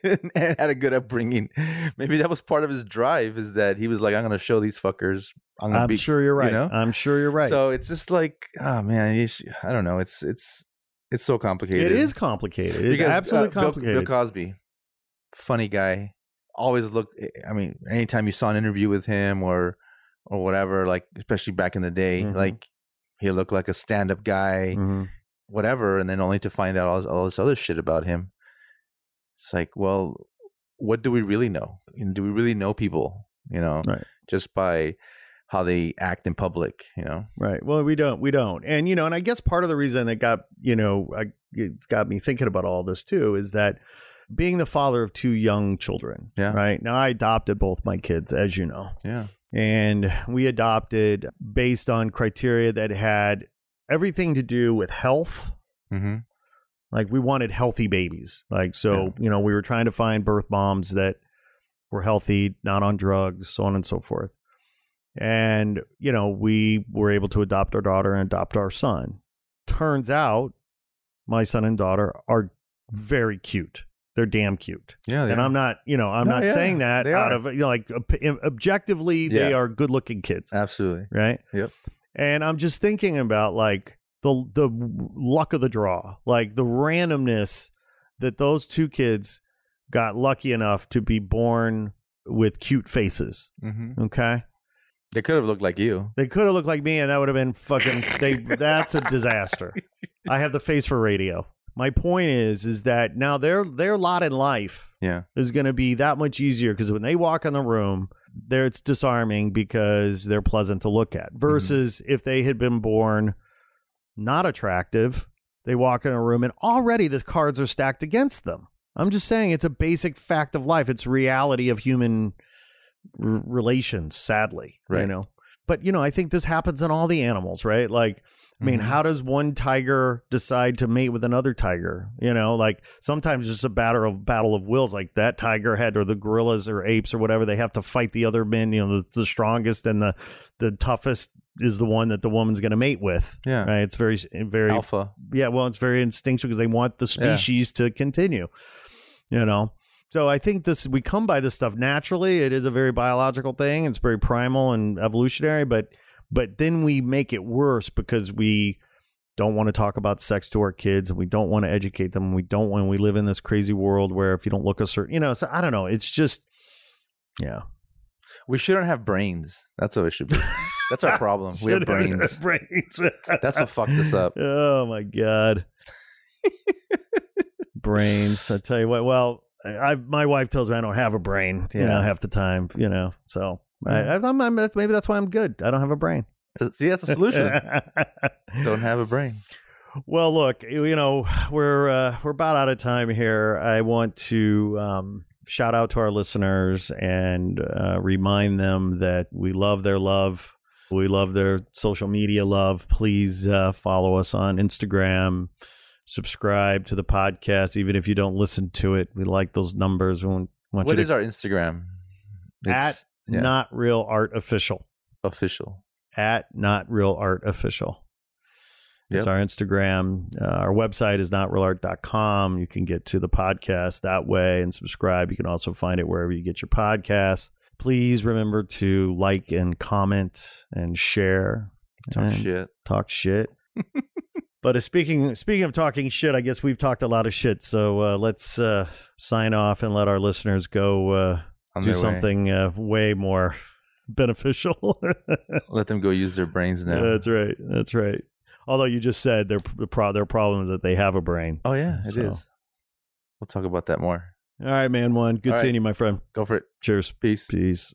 D: and had a good upbringing. Maybe that was part of his drive. Is that he was like, I'm going to show these fuckers. I'm going to
C: i'm
D: Mm, be
C: sure you're right
D: you know?
C: i'm sure you're right
D: So it's just like, oh man, you sh- I don't know. It's it's it's so complicated.
C: it is complicated it's
D: Because, uh,
C: absolutely
D: Bill-
C: complicated
D: Bill, Cosby, funny guy, always looked. I mean, anytime you saw an interview with him or or whatever, like especially back in the day,
C: Mhm.
D: like he looked like a stand-up guy,
C: Mhm.
D: whatever, and then only to find out all, this- all this other shit about him. It's like, well, what do we really know? You know, Do we really know people? You know,
C: Right.
D: just by how they act in public. You know,
C: right well we don't we don't and you know and i guess part of the reason that got you know I, it's got me thinking about all this too is that being the father of two young children
D: Yeah.
C: right now i adopted both my kids as you know
D: yeah,
C: and we adopted based on criteria that had everything to do with health
D: mm-hmm.
C: like we wanted healthy babies like so you know we were trying to find birth moms that were healthy not on drugs so on and so forth and you know we were able to adopt our daughter and adopt our son turns out my son and daughter are very cute They're damn cute.
D: Oh, Yeah, they
C: and
D: are.
C: I'm not, you know, I'm
D: No,
C: not
D: yeah,
C: saying that
D: they
C: out
D: are.
C: of you know, like ob- objectively, they
D: Yeah.
C: are good looking kids,
D: absolutely.
C: right?
D: Yep.
C: And I'm just thinking about like the the luck of the draw, like the randomness that those two kids got lucky enough to be born with cute faces.
D: Mm-hmm.
C: Okay,
D: They could have looked like you.
C: they could have looked like me, and that would have been fucking. They that's a disaster. I have the face for radio. My point is, is that now their their lot in life
D: Yeah.
C: is going to be that much easier because when they walk in the room, there it's disarming because they're pleasant to look at. Versus if they had been born not attractive, they walk in a room and already the cards are stacked against them. I'm just saying it's a basic fact of life. It's reality of human r- relations, sadly. You
D: Right.
C: know, but you know, I think this happens in all the animals, right? Like. I mean,
D: Mhm.
C: how does one tiger decide to mate with another tiger? You know, like sometimes it's just a battle of battle of wills. Like that tiger had, or the gorillas, or apes, or whatever. They have to fight the other men. You know, the, the strongest and the the toughest is the one that the woman's going to mate with.
D: Yeah.
C: Right? It's very very
D: Alpha.
C: yeah. Well, it's very instinctual because they want the
D: Yeah.
C: species to continue. You know. So I think this we come by this stuff naturally. It is a very biological thing. It's very primal and evolutionary, but but then we make it worse because we don't want to talk about sex to our kids and we don't want to educate them and we don't want we live in this crazy world where if you don't look a certain you know so i don't know it's just yeah
D: We shouldn't have brains. That's what it should be. That's our problem. we have brains.
C: brains
D: That's what fucked us up.
C: oh my god brains i tell you what well I, I my wife tells me i don't have a brain you know
D: Yeah.
C: half the time you know so I, I, I'm, I'm, that's- maybe that's why i'm good i don't have a brain
D: See, that's the solution. Don't have a brain.
C: Well, look, you know, we're uh, we're about out of time here. I want to um, shout out to our listeners and uh, remind them that we love their love. We love their social media love. Please uh, follow us on Instagram. Subscribe to the podcast, even if you don't listen to it. We like those numbers. We want, want
D: What
C: you
D: is
C: to
D: our Instagram? It's
C: at
D: yeah.
C: not real art official
D: official.
C: at not real art official it's
D: Yep.
C: our instagram uh, our website is notrealart.com you can get to the podcast that way and subscribe you can also find it wherever you get your podcasts please remember to like and comment and share
D: Talk
C: and
D: shit.
C: talk shit but uh, speaking speaking of talking shit i guess we've talked a lot of shit so uh, let's uh, sign off and let our listeners go uh,
D: on their
C: do
D: way.
C: something uh, way more beneficial
D: Let them go use their brains now.
C: Yeah, that's right. That's right. Although you just said their the pro- their problem is that they have a brain.
D: oh yeah, it is.
C: So-
D: We'll talk about that more.
C: All right, man. One.
D: Oh.
C: Good
D: All right.
C: seeing you, my friend.
D: Go for it.
C: Cheers.
D: Peace.
C: Peace.